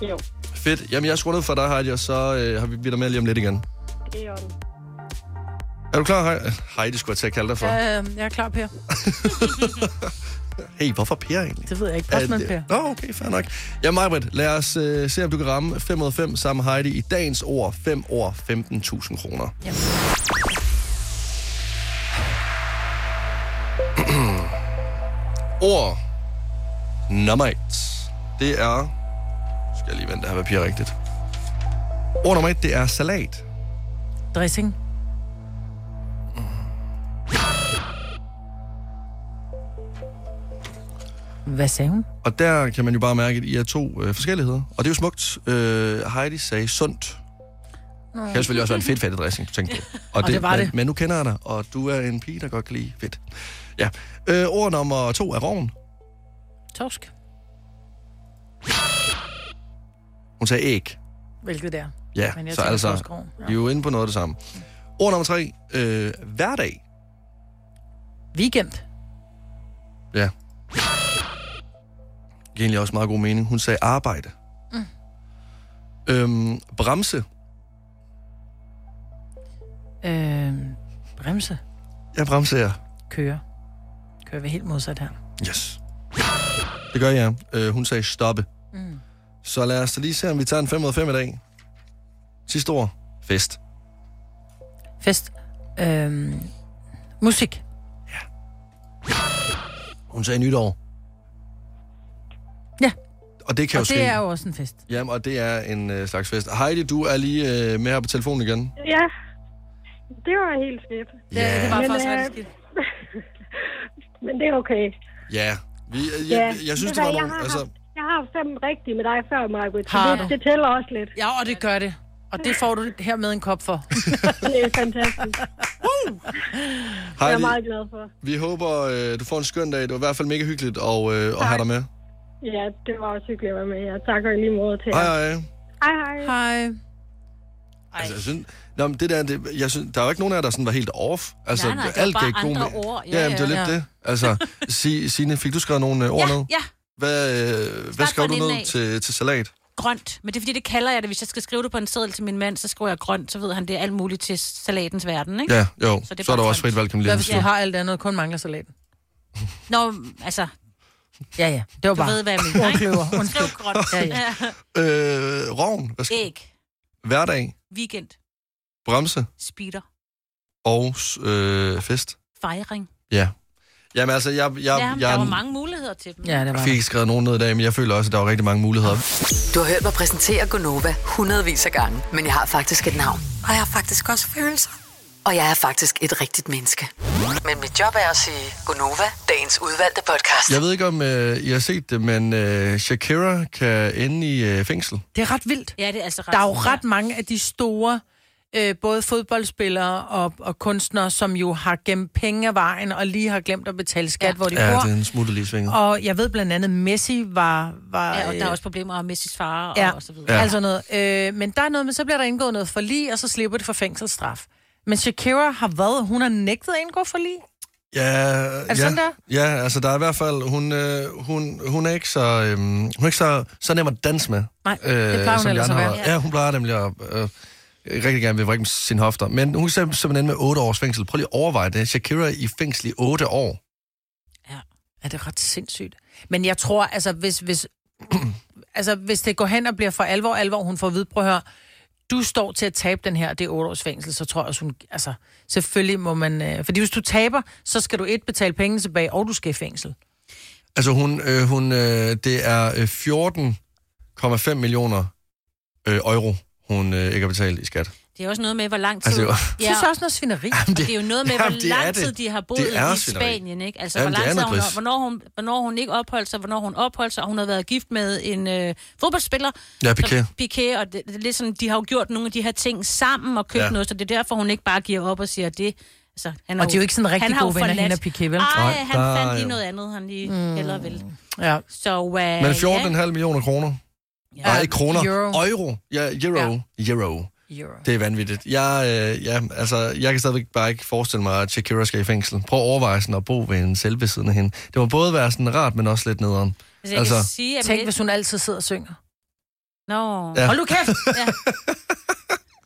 Speaker 13: Jo,
Speaker 1: Fedt. Jamen, jeg skruer ned for dig, Heidi, og så øh, har vi vi er der med lige om lidt igen.
Speaker 13: det er jo
Speaker 1: Er du klar, Heidi? Heidi skulle jeg til at kalde dig for.
Speaker 2: Ja, øh, jeg er klar, Per.
Speaker 1: Hey, hvorfor Per egentlig?
Speaker 2: Det ved jeg ikke. Postmand
Speaker 1: Er
Speaker 2: Per.
Speaker 1: det- Nå, okay, fair nok. Ja, Majbrit, lad os øh, se, om du kan ramme 5 ud af 5 sammen med Heidi i dagens ord. 5 år, 15.000 kroner. Ja. ord nummer 1. Det er... Nu skal jeg lige vente, det her papir rigtigt. Ord nummer 1, det er salat.
Speaker 2: Dressing. Hvad sagde hun?
Speaker 1: Og der kan man jo bare mærke, at I er to øh, forskelligheder. Og det er jo smukt. Øh, Heidi sagde sundt.
Speaker 2: Nå.
Speaker 1: Det kan selvfølgelig også være en fedt fattig dressing, du tænkte på.
Speaker 2: Og det var
Speaker 1: men,
Speaker 2: det.
Speaker 1: Men nu kender jeg dig, og du er en pige, der godt kan lide fedt. Ja. Øh, ord nummer to er roven.
Speaker 2: Torsk.
Speaker 1: Hun sagde æg.
Speaker 2: Hvilket der?
Speaker 1: Ja,
Speaker 2: Men jeg
Speaker 1: så
Speaker 2: tænker
Speaker 1: altså,
Speaker 2: torskrogen, ja.
Speaker 1: vi er jo inde på noget af det samme. Ord nummer tre, øh, hverdag.
Speaker 2: Weekend.
Speaker 1: Ja. Giver egentlig også meget god mening. Hun sagde arbejde.
Speaker 2: Mm.
Speaker 1: Øhm, bremse.
Speaker 2: Øh, bremse.
Speaker 1: Jeg bremser.
Speaker 2: Køre. Kører vi helt modsat her.
Speaker 1: Yes. Det gør jeg. Øh, hun sagde stoppe.
Speaker 2: Mm.
Speaker 1: Så lad os da lige se, om vi tager en 5 ud af 5 i dag. Sidste ord. Fest.
Speaker 2: Fest. Øh, musik.
Speaker 1: Hun sagde nytår.
Speaker 2: Ja.
Speaker 1: Og det kan
Speaker 2: og
Speaker 1: jo
Speaker 2: det
Speaker 1: ske.
Speaker 2: er jo også en fest.
Speaker 1: Jamen, og det er en øh, slags fest. Heidi, du er lige øh, med her på telefonen igen.
Speaker 13: Ja, det var helt skidt.
Speaker 1: Ja. det var
Speaker 2: faktisk
Speaker 13: rigtig skidt. men det er okay.
Speaker 1: Ja. Vi, øh, jeg, jeg, jeg synes, det
Speaker 13: Ved du
Speaker 1: var
Speaker 13: hvad, jeg
Speaker 1: nogle...
Speaker 13: har,
Speaker 1: Altså,
Speaker 13: haft- jeg har haft fem rigtige med dig før, Margot. så
Speaker 2: Har
Speaker 13: Det,
Speaker 2: du?
Speaker 13: det tæller også lidt.
Speaker 2: Ja, og det gør det. Og det får du her med en kop for.
Speaker 13: Det er fantastisk. Jeg er
Speaker 1: Heidi,
Speaker 13: meget glad for.
Speaker 1: vi håber, øh, du får en skøn dag. Det var i hvert fald mega hyggeligt at, øh, at have dig med.
Speaker 13: Ja, det var også hyggeligt at være med jer. Tak og i lige måde til jer.
Speaker 1: Hej, hej.
Speaker 13: Hej, hej.
Speaker 2: Hej.
Speaker 1: Altså, jeg synes, nå, men det der, det, jeg synes, der er jo ikke nogen af jer, der sådan var helt off. Altså,
Speaker 3: Nej, nej, det var
Speaker 1: alt
Speaker 3: bare
Speaker 1: gav god
Speaker 3: andre
Speaker 1: mening.
Speaker 3: ord. Ja,
Speaker 1: Ja, jamen, det er
Speaker 3: ja,
Speaker 1: lidt
Speaker 3: ja.
Speaker 1: det. Altså, si, Signe, fik du skrevet nogle øh, ord ned?
Speaker 3: Ja, ja,
Speaker 1: Hvad, øh, hvad
Speaker 3: Start
Speaker 1: skrev
Speaker 3: fra
Speaker 1: du
Speaker 3: den
Speaker 1: ned
Speaker 3: af.
Speaker 1: til, til salat?
Speaker 3: grønt. Men det er fordi, det kalder jeg det. Hvis jeg skal skrive det på en seddel til min mand, så skriver jeg grønt, så ved han, det er alt muligt til salatens verden, ikke?
Speaker 1: Ja, jo. Så,
Speaker 3: det
Speaker 1: så er der
Speaker 3: bare
Speaker 1: også frit valg, kan man
Speaker 2: Hvad
Speaker 1: lige
Speaker 2: hvis
Speaker 1: huske.
Speaker 2: du har alt andet, og kun mangler salaten?
Speaker 3: grønt. Nå, altså,
Speaker 2: Ja, ja. Det var
Speaker 3: du
Speaker 2: bare...
Speaker 3: ved, hvad jeg mener, ikke?
Speaker 2: Ordkløver.
Speaker 3: Skriv grønt.
Speaker 2: Ja, ja.
Speaker 1: Øh, Rovn, hvad skal...
Speaker 3: Æg,
Speaker 1: hverdag,
Speaker 3: weekend,
Speaker 1: bremse
Speaker 3: speeder,
Speaker 1: og øh, fest.
Speaker 3: fejring.
Speaker 1: Ja. Jamen altså, jeg, jeg,
Speaker 3: Ja,
Speaker 1: jeg,
Speaker 3: der var mange muligheder til dem.
Speaker 1: jeg fik ikke skrevet nogen ned i dag, men jeg føler også, at der var rigtig mange muligheder.
Speaker 4: Du har hørt mig præsentere Gonova hundredvis af gange, men jeg har faktisk et navn.
Speaker 14: Og jeg har faktisk også følelser.
Speaker 4: Og jeg er faktisk et rigtigt menneske. Men mit job er at sige Gonova, dagens udvalgte podcast.
Speaker 1: Jeg ved ikke, om øh, I har set det, men øh, Shakira kan ende i øh, fængsel.
Speaker 2: Det er ret vildt.
Speaker 3: Ja, det er altså ret
Speaker 2: Der er jo ret mange af de store øh, både fodboldspillere og, og kunstnere, som jo har gemt penge af vejen og lige har glemt at betale skat, ja. hvor de
Speaker 1: Ja,
Speaker 2: bor.
Speaker 1: det er en smutte lige svinget.
Speaker 2: Og jeg ved blandt andet, Messi var... var
Speaker 3: Ja, og der er
Speaker 2: øh,
Speaker 3: også problemer med Messis far og,
Speaker 2: Ja,
Speaker 3: og så videre.
Speaker 2: ja.
Speaker 1: Ja.
Speaker 2: altså noget. Øh, men der er noget med, så bliver der indgået noget forlig, og så slipper det for fængselsstraf. Men Shakira har hvad? Hun har nægtet at indgå forlig?
Speaker 1: Ja, er
Speaker 2: det
Speaker 1: ja,
Speaker 2: sådan der?
Speaker 1: Ja, altså der er i hvert fald, hun, øh, hun, hun er ikke så, øhm, hun er ikke så, så nem at danse med.
Speaker 2: Nej, det plejer hun
Speaker 1: Øh, som de
Speaker 2: ellers at
Speaker 1: andre
Speaker 2: være.
Speaker 1: har. Ja, hun plejer nemlig at øh, rigtig gerne vil vrikke sin hofter. Men hun kan simpelthen ende med 8 års fængsel. Prøv lige at overveje det. Shakira i fængsel i 8 år.
Speaker 2: Er det ret sindssygt? Men jeg tror, altså hvis, hvis, altså, hvis det går hen og bliver for alvor, alvor, hun får at vide, prøv at høre, du står til at tabe den her, det er 8 års fængsel, så tror jeg også, hun, altså, selvfølgelig må man, øh, fordi hvis du taber, så skal du et betale penge tilbage, og du skal i fængsel.
Speaker 1: Altså hun, øh, hun øh, det er øh, 14,5 millioner øh, euro, hun øh, ikke har betalt i skat.
Speaker 3: Det er også noget med, hvor lang tid...
Speaker 1: Altså, jo.
Speaker 2: Jeg synes også noget svineri.
Speaker 3: Jamen, det, det er jo noget med,
Speaker 1: jamen,
Speaker 3: hvor
Speaker 1: det er
Speaker 3: lang tid
Speaker 1: det.
Speaker 3: de har boet
Speaker 1: Det er
Speaker 3: i
Speaker 1: svineri.
Speaker 3: Spanien, ikke? Altså,
Speaker 1: Jamen,
Speaker 3: hvor lang
Speaker 1: det er
Speaker 3: tid har hun,
Speaker 1: noget pis.
Speaker 3: hvornår, hun, hvornår hun ikke opholdt sig, hvornår hun opholdt sig, og hun har været gift med en øh, fodboldspiller.
Speaker 1: Ja, Piqué.
Speaker 3: Så, Piqué, og det, det, er lidt sådan, de har jo gjort nogle af de her ting sammen og købt
Speaker 1: Ja.
Speaker 3: ja. noget, så det er derfor, hun ikke bare giver op og siger, det... Altså, han
Speaker 2: Og de er jo ikke sådan rigtig
Speaker 3: han har jo
Speaker 2: gode venner,
Speaker 3: forladt-
Speaker 2: hende og Piqué, vel?
Speaker 3: Ej,
Speaker 1: Nej,
Speaker 3: han
Speaker 1: der-
Speaker 3: fandt lige noget andet, han lige mm. hellere ville.
Speaker 2: Ja.
Speaker 3: Så, uh,
Speaker 1: Men 14,5 millioner kroner. Ja. Nej, ikke kroner.
Speaker 3: Euro.
Speaker 1: Euro. Euro. Ja, euro. Ja. Euro.
Speaker 2: Euro.
Speaker 1: Det er vanvittigt. Jeg, øh, ja, altså, jeg kan stadigvæk bare ikke forestille mig, at Shakira skal i fængsel. Prøv at overveje sådan at bo ved en selv ved siden af hende. Det må både være sådan rart, men også lidt nederen.
Speaker 2: Altså,
Speaker 1: Altså,
Speaker 3: jeg kan sige, at
Speaker 2: Tænk,
Speaker 3: mit-
Speaker 2: hvis hun altid sidder og synger.
Speaker 3: Nå.
Speaker 1: Ja.
Speaker 2: Hold nu kæft!
Speaker 3: Ja.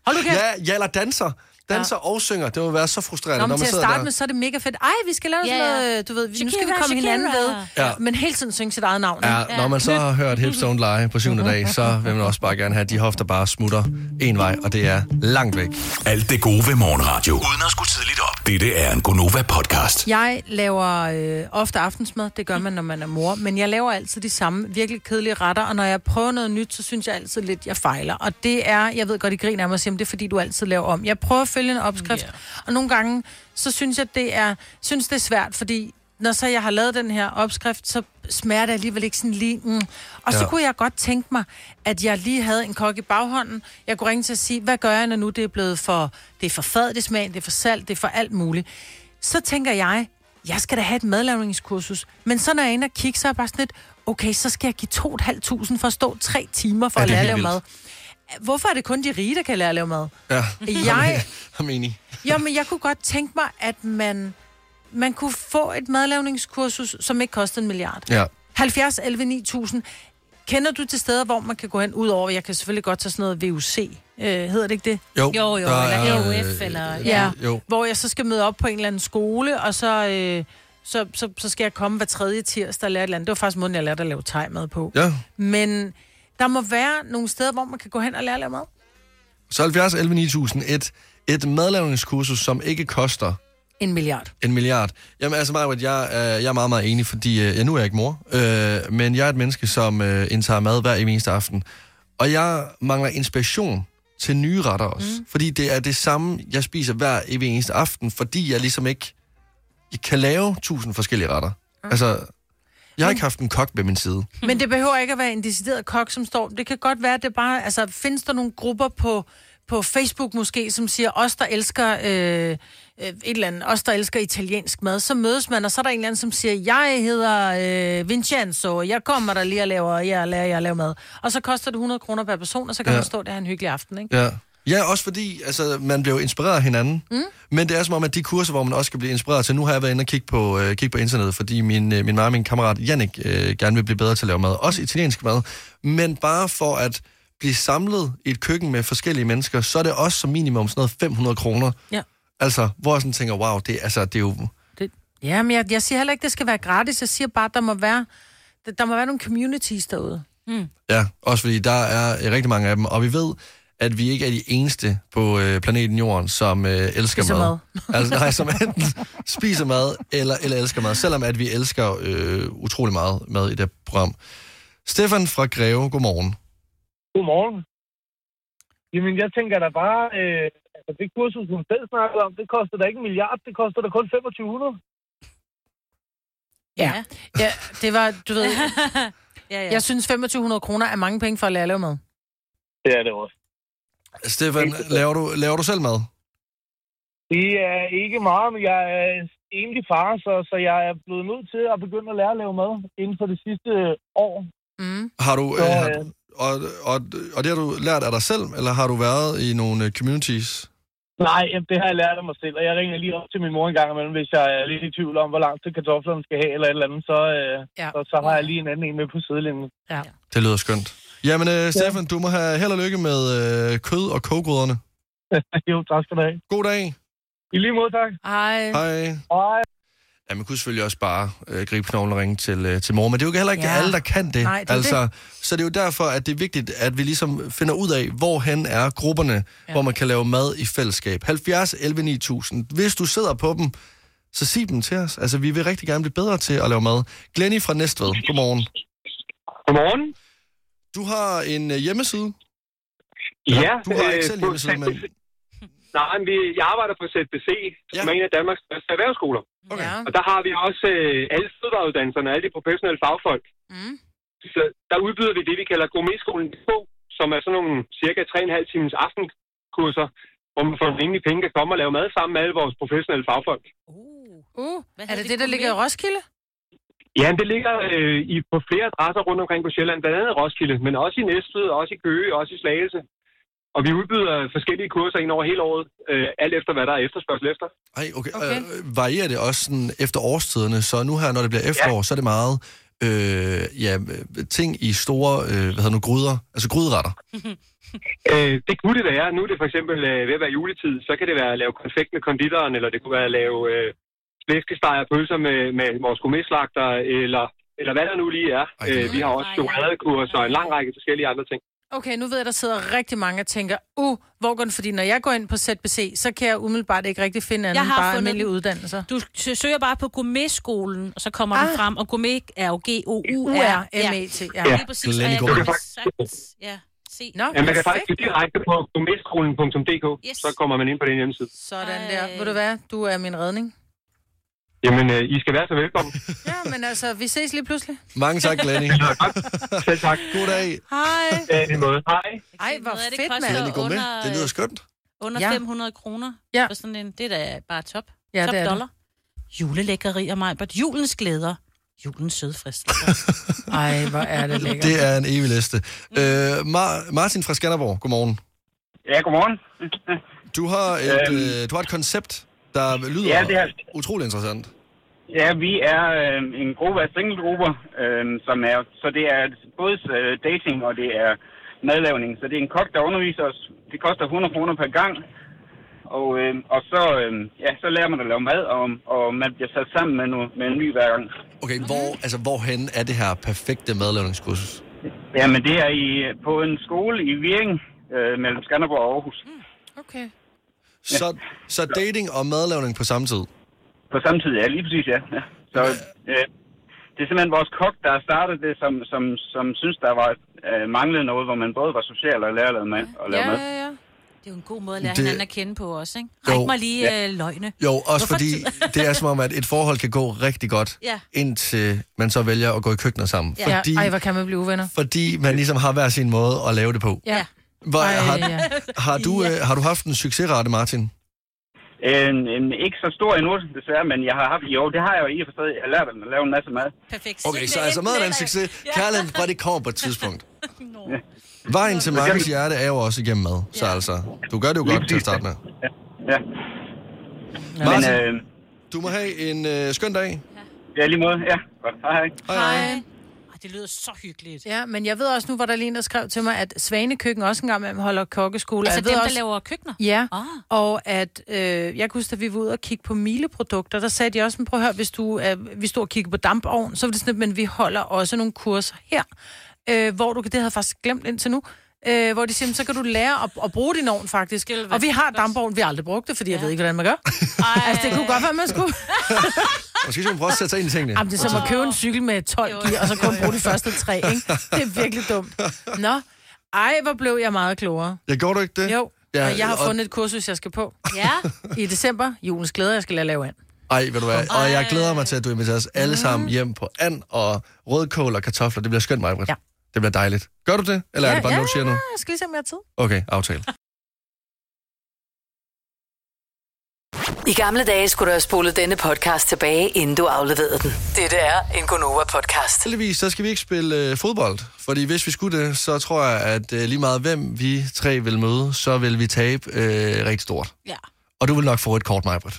Speaker 2: Hold nu kæft!
Speaker 1: ja, ja, eller danser. Danser ja. og synger. Det må være så frustrerende,
Speaker 2: Nå,
Speaker 1: når
Speaker 2: men
Speaker 1: man
Speaker 2: til at
Speaker 1: sidder
Speaker 2: starte
Speaker 1: der.
Speaker 2: med, så er det mega fedt. Ej, vi skal lave
Speaker 3: Ja,
Speaker 2: sådan
Speaker 3: ja.
Speaker 2: noget, øh, du ved, nu skal vi
Speaker 3: Shakira,
Speaker 2: komme hinanden ved.
Speaker 3: Shakira.
Speaker 1: Ja.
Speaker 2: Men hele tiden synge sit eget navn.
Speaker 1: Ja, når man så har hørt Hipstone lege på syvende dag, så vil man også bare gerne have, at de hofter bare smutter en vej, og det er langt væk.
Speaker 12: Alt det gode ved morgenradio. Uden at skulle tidligt op. Dette er en Gonova-podcast.
Speaker 2: Jeg laver øh, ofte aftensmad, det gør man, når man er mor, men jeg laver altid de samme virkelig kedelige retter, og når jeg prøver noget nyt, så synes jeg altid lidt, jeg fejler. Og det er, jeg ved godt, I griner af mig og siger, "Men det er fordi, du altid laver om. Jeg prøver at følge en opskrift, yeah. og nogle gange, så synes jeg, det er, synes det er svært, fordi når så jeg har lavet den her opskrift, så smager det alligevel ikke sådan lige. Mm. Og så
Speaker 14: Ja.
Speaker 2: kunne kunne jeg godt tænke mig, at jeg lige havde en kok i baghånden. Jeg kunne ringe til at sige, hvad gør jeg, når nu det er blevet for, det er for fad, det smag, det er for salt, det er for alt muligt. Så tænker jeg, jeg skal da have et madlavningskursus. Men så når jeg er inde og kigge, så er jeg bare sådan lidt, okay, så skal jeg give 2.500 for at stå tre timer for
Speaker 1: Ja,
Speaker 2: ja, at
Speaker 1: det er
Speaker 2: lære at lave
Speaker 1: helt
Speaker 2: mad. Hvorfor er det kun de rige, der kan lære at lave mad?
Speaker 1: Ja,
Speaker 2: Jeg-
Speaker 1: er enig.
Speaker 2: Jamen, jeg kunne godt tænke mig, at man, man kunne få et madlavningskursus, som ikke kostede en milliard.
Speaker 1: Ja.
Speaker 2: 70, 11, 9000. Kender du til steder, hvor man kan gå hen? Udover, jeg kan selvfølgelig godt tage sådan noget VUC. Øh, hedder det ikke det?
Speaker 1: Jo,
Speaker 2: jo, jo
Speaker 1: der
Speaker 2: eller
Speaker 1: er,
Speaker 2: AUF,
Speaker 1: øh,
Speaker 2: eller...
Speaker 1: øh,
Speaker 2: Ja,
Speaker 1: jo.
Speaker 2: hvor jeg så skal møde op på en eller anden skole, og så, øh, så, så, så skal jeg komme hver tredje tirsdag og lære et eller andet. Det var faktisk måden, jeg lærte at lave tegmad på.
Speaker 1: Ja.
Speaker 2: Men der må være nogle steder, hvor man kan gå hen og lære at lave mad.
Speaker 1: Så 70 11 9000, et, et madlavningskursus, som ikke koster
Speaker 2: En milliard.
Speaker 1: En milliard. Jamen altså, Marvind, jeg, øh, jeg er meget, meget enig, fordi øh, ja, nu er jeg ikke mor, øh, men jeg er et menneske, som øh, indtager mad hver eneste aften. Og jeg mangler inspiration til nye retter også. Mm. Fordi det er det samme, jeg spiser hver evig eneste aften, fordi jeg ligesom ikke jeg kan lave tusind forskellige retter. Mm. Altså, jeg har ikke haft en kok ved min side.
Speaker 2: Men det behøver ikke at være en decideret kok, som står. Det kan godt være, at det bare... Altså, findes der nogle grupper på, på Facebook måske, som siger, os der elsker øh, øh, et eller andet, os der elsker italiensk mad, så mødes man, og så er der en eller anden, som siger, jeg hedder øh, Vincenzo, og jeg kommer der lige og laver, jeg lærer jeg laver mad. Og så koster det 100 kroner per person, og så kan ja.
Speaker 1: Ja.
Speaker 2: man stå der og have en hyggelig aften, ikke?
Speaker 1: Ja. Ja, også fordi altså, man bliver jo inspireret af hinanden. Mm. Men det er som om, at de kurser, hvor man også kan blive inspireret til, nu har jeg været inde og kigge på, øh, kigge på internettet, fordi min, øh, min mor og min kammerat Jannik øh, gerne vil blive bedre til at lave mad. Også italiensk mad. Men bare for at blive samlet i et køkken med forskellige mennesker, så er det også som minimum sådan noget 500 kroner.
Speaker 2: Ja.
Speaker 1: Altså, hvor jeg sådan tænker, wow, det, altså, det er jo...
Speaker 2: Det, ja, men jeg, jeg siger heller ikke, det skal være gratis. Jeg siger bare, at der må være, der, der må være nogle communities derude. Mm.
Speaker 1: Ja, også fordi der er øh, rigtig mange af dem, og vi ved, at vi ikke er de eneste på øh, planeten Jorden, som øh, elsker
Speaker 2: Spiser
Speaker 1: mad.
Speaker 2: mad.
Speaker 1: altså, nej, som enten spiser mad eller, eller elsker mad, selvom at vi elsker øh, utrolig meget mad i det her program. Stefan fra Greve, godmorgen.
Speaker 15: Godmorgen. Jamen, jeg tænker da bare, øh, altså det kursus, hun selv snakkede om, det koster da ikke en milliard, det koster da kun 2500.
Speaker 2: Ja. ja, det var, du ved...
Speaker 3: ja, ja.
Speaker 2: Jeg synes, 2500 kroner er mange penge for at lære at lave mad.
Speaker 15: Det er det også.
Speaker 1: Stefan, laver du, laver du selv mad?
Speaker 15: Det er ikke meget, men jeg er egentlig far, så, så jeg er blevet nødt til at begynde at lære at lave mad inden for det sidste år.
Speaker 2: Mm.
Speaker 1: Har du, øh,
Speaker 15: Ja,
Speaker 1: har,
Speaker 15: ja.
Speaker 1: og, og, og det har du lært af dig selv, eller har du været i nogle øh, communities?
Speaker 15: Nej, jamen, det har jeg lært af mig selv, og jeg ringer lige op til min mor en gang imellem, hvis jeg er lidt i tvivl om, hvor langt til kartoflerne skal have, eller et eller andet, så, øh,
Speaker 2: ja.
Speaker 15: så, så har jeg lige en anden en med på sidelinjen.
Speaker 2: Ja.
Speaker 1: Det lyder skønt. Jamen, øh, Stefan, du må have held og lykke med øh, kød og koggryderne.
Speaker 15: jo, tak skal du have.
Speaker 1: God dag.
Speaker 15: I lige måde, tak.
Speaker 2: Hej.
Speaker 1: Hej.
Speaker 15: Hej.
Speaker 1: Ja, man kunne selvfølgelig også bare øh, gribe knoglen og ringe til, øh, til mor, men det er jo heller ikke
Speaker 2: Ja.
Speaker 1: ja. alle, der kan det.
Speaker 2: Nej, det er
Speaker 1: altså,
Speaker 2: det.
Speaker 1: Så det er jo derfor, at det er vigtigt, at vi ligesom finder ud af, hvorhen er grupperne, ja. hvor man kan lave mad i fællesskab. 70 11 9000. Hvis du sidder på dem, så sig dem til os. Altså, vi vil rigtig gerne blive bedre til at lave mad. Glenny fra Næstved, godmorgen.
Speaker 14: Godmorgen.
Speaker 1: Du har en øh, hjemmeside.
Speaker 14: Ja,
Speaker 1: Eller, Du har
Speaker 14: øh,
Speaker 1: ikke selv
Speaker 14: på
Speaker 1: hjemmeside, men...
Speaker 14: ZBC. Nej, men vi, jeg arbejder på ZBC, som er en af Danmarks største erhvervsskoler.
Speaker 1: Okay. Ja.
Speaker 14: Og der har vi også øh, alle fødevareuddannelserne, alle de professionelle fagfolk.
Speaker 2: Mm.
Speaker 14: Så der udbyder vi det, vi kalder gourmetskolen på, som er sådan nogle cirka 3,5 times aftenkurser, hvor man for en rimelig penge kan komme og lave mad sammen med alle vores professionelle fagfolk.
Speaker 2: Uh, er det det, der ligger i Roskilde?
Speaker 14: Ja, men det ligger øh, i, på flere adresser rundt omkring på Sjælland, blandt andet Roskilde, men også i Næstved, også i Køge, også i Slagelse. Og vi udbyder forskellige kurser ind over hele året, øh, alt efter hvad der er efterspørgsel efter.
Speaker 1: Ej, okay. okay. Øh, varierer det også sådan efter årstiderne? Så nu her, når det bliver
Speaker 14: Ja.
Speaker 1: efterår, ja. så er det meget øh, ja, øh, ting i store øh, hvad hedder nu, gryder. Altså gryderetter.
Speaker 14: Øh, det kunne det være. Nu er det for eksempel øh, ved at være juletid, så kan det være at lave konfekt med konditoren, eller det kunne være at lave øh, flæskesteg og pølser med, med vores gourmetslagter, eller, eller hvad der nu lige er. Øh, vi har også chokoladekurser og en lang række forskellige andre ting.
Speaker 2: Okay, nu ved jeg, der sidder rigtig mange og tænker, uh, hvor går den? Fordi når jeg går ind på ZBC, så kan jeg umiddelbart ikke rigtig finde anden,
Speaker 3: Jeg har
Speaker 2: bare
Speaker 3: fundet
Speaker 2: almindelige
Speaker 3: den.
Speaker 2: uddannelser.
Speaker 3: Du s- søger bare på gourmetskolen, og så kommer ah. den frem. Og gourmet er jo
Speaker 2: E
Speaker 3: G-O-U-R-M-E-T.
Speaker 14: Ja.
Speaker 3: Lige præcis. Og
Speaker 14: Glenn
Speaker 3: jeg
Speaker 14: Gorm.
Speaker 3: kan sagt, ja, se.
Speaker 2: Nå,
Speaker 14: Ja, man kan faktisk gå direkte på gourmetskolen.dk,
Speaker 2: Yes.
Speaker 14: så kommer man ind på den hjemmeside.
Speaker 2: Sådan der. Ved du hvad? Du er min redning.
Speaker 14: Jamen, øh, I skal være så velkommen.
Speaker 2: Ja, men altså, vi ses lige pludselig.
Speaker 1: Mange tak, Glenny.
Speaker 14: Selv tak.
Speaker 1: God dag.
Speaker 2: Hej.
Speaker 14: Ja, i måde. Hej.
Speaker 2: Ej, hvor
Speaker 3: Noget af det
Speaker 2: fedt,
Speaker 3: koster
Speaker 2: mand.
Speaker 3: Glenny Gourmet. under- øh,
Speaker 1: Det lyder skønt.
Speaker 3: Under
Speaker 2: Ja.
Speaker 3: ja. 500 kroner.
Speaker 2: Ja.
Speaker 3: For sådan en, det er da bare top.
Speaker 2: Ja,
Speaker 3: top
Speaker 2: det er det.
Speaker 3: dollar. Julelækkerier, Majbert. Julens glæder. Julens søde fristelser.
Speaker 2: Ej, hvor er det lækkert.
Speaker 1: Det er en evig liste.
Speaker 3: Mm.
Speaker 1: Øh, Mar- Martin fra Skanderborg, godmorgen.
Speaker 16: Ja, godmorgen. Øhm,
Speaker 1: Du har et, øh, du har et koncept, der lyder
Speaker 16: Ja, det er-
Speaker 1: utrolig interessant.
Speaker 16: Ja, vi er øh, en gruppe af singlegrupper, øh, som er, så det er både øh, dating og det er madlavning. Så det er en kok, der underviser os. Det koster 100 kroner per gang. Og, øh, og så, øh, ja, så lærer man at lave mad, og, og man bliver sat sammen med, no, med en ny hver gang.
Speaker 1: Okay, hvor, altså, hvorhen er det her perfekte madlavningskursus?
Speaker 16: Ja, men det er i, på en skole i Viring øh, mellem Skanderborg og Aarhus.
Speaker 2: Okay.
Speaker 1: Så, så dating og madlavning på samme tid?
Speaker 16: På samme tid, ja, lige præcis, ja. ja. Så øh, det er simpelthen vores kok, der startede det, som, som, som synes, der var øh, manglede noget, hvor man både var social og lærer at lave mad. Og lave
Speaker 3: ja,
Speaker 16: mad.
Speaker 3: ja, ja. Det er jo en god måde at lære
Speaker 1: Det-
Speaker 3: det... hinanden at kende på også, ikke?
Speaker 1: Jo.
Speaker 3: Ræk mig lige øh, løgne.
Speaker 1: Jo, også
Speaker 3: Hvorfor-
Speaker 1: Hvorfor? fordi det er som om, at et forhold kan gå rigtig godt,
Speaker 3: Ja.
Speaker 1: indtil man så vælger at gå i køkkenet sammen.
Speaker 2: Ja.
Speaker 1: Fordi,
Speaker 2: Ej, hvor kan man blive uvenner.
Speaker 1: fordi man ligesom har hver sin måde at lave det på.
Speaker 2: Ja.
Speaker 1: Hvor,
Speaker 2: Ej,
Speaker 1: har,
Speaker 2: ja.
Speaker 1: har, du, øh, har du haft en succesrate, Martin?
Speaker 16: Øh, øh, ikke så stor endnu, desværre, men jeg har haft... Jo, det har jeg jo i og for sig. Jeg har lært dem at lave en masse mad.
Speaker 3: Perfekt.
Speaker 1: Okay, så
Speaker 2: øh,
Speaker 1: altså maden er en succes. Kærligheden bare det kommer på et tidspunkt. Vejen til Markens hjerte er jo også igennem mad. Så altså, du gør det jo godt til at starte med.
Speaker 16: Ja.
Speaker 1: Martin,
Speaker 16: Men, øh,
Speaker 1: du må have en øh, skøn dag.
Speaker 16: Ja, lige måde. Ja, godt. Hej,
Speaker 1: hej.
Speaker 2: Hej.
Speaker 3: Ej, det lyder så hyggeligt.
Speaker 2: Ja, men jeg ved også nu, hvor der lige en, der skrev til mig, at Svanekøkken også engang imellem holder kokkeskole.
Speaker 3: Altså
Speaker 2: jeg ved
Speaker 3: dem, der
Speaker 2: også,
Speaker 3: laver køkkener?
Speaker 2: Ja, ah. og at øh, jeg kan huske, at vi var ude og kigge på mileprodukter, der sagde de også, men prøv at høre, hvis du, øh, vi stod og kiggede på dampovn, så var det sådan, lidt, men vi holder også nogle kurser her, øh, hvor du kan, det havde jeg faktisk glemt indtil nu, øh, hvor de siger, "Men så kan du lære at, at bruge din ovn faktisk. Og vi har dampovn, vi har aldrig brugt det, fordi ja. jeg ved ikke, hvordan man gør. altså, det kunne godt være, man skulle.
Speaker 1: Måske skal man prøve at sætte sig ind i tingene. Altså,
Speaker 2: Jamen, det er som at købe en cykel med 12 gear, og så kun bruge de første tre, ikke? Det er virkelig dumt. Nå, ej, hvor blev jeg meget klogere.
Speaker 1: Jeg gjorde du ikke det?
Speaker 2: Jo,
Speaker 1: Ja,
Speaker 2: og jeg har
Speaker 1: og-
Speaker 2: fundet et kursus, jeg skal på.
Speaker 3: Ja.
Speaker 2: I december, julens glæder, jeg skal lade lave an.
Speaker 1: Ej, ved du hvad? Og jeg glæder mig til, at du inviterer os alle sammen
Speaker 2: Mm.
Speaker 1: hjem på and og rødkål og kartofler. Det bliver skønt, Maja. Ja. Det bliver dejligt. Gør du det? Eller ja, er det bare
Speaker 2: ja,
Speaker 1: noget, du siger nu?
Speaker 2: Jeg skal lige se, om jeg har tid.
Speaker 1: Okay, aftale.
Speaker 4: I gamle dage skulle du have spolet denne podcast tilbage, inden du afleverede den. Dette er en Gonova-podcast.
Speaker 1: Heldigvis, så skal vi ikke spille øh, fodbold, fordi hvis vi skulle det, så tror jeg, at øh, lige meget hvem vi tre vil møde, så vil vi tabe øh, rigtig stort.
Speaker 3: Ja.
Speaker 1: Og du vil nok få et kort, Majbert.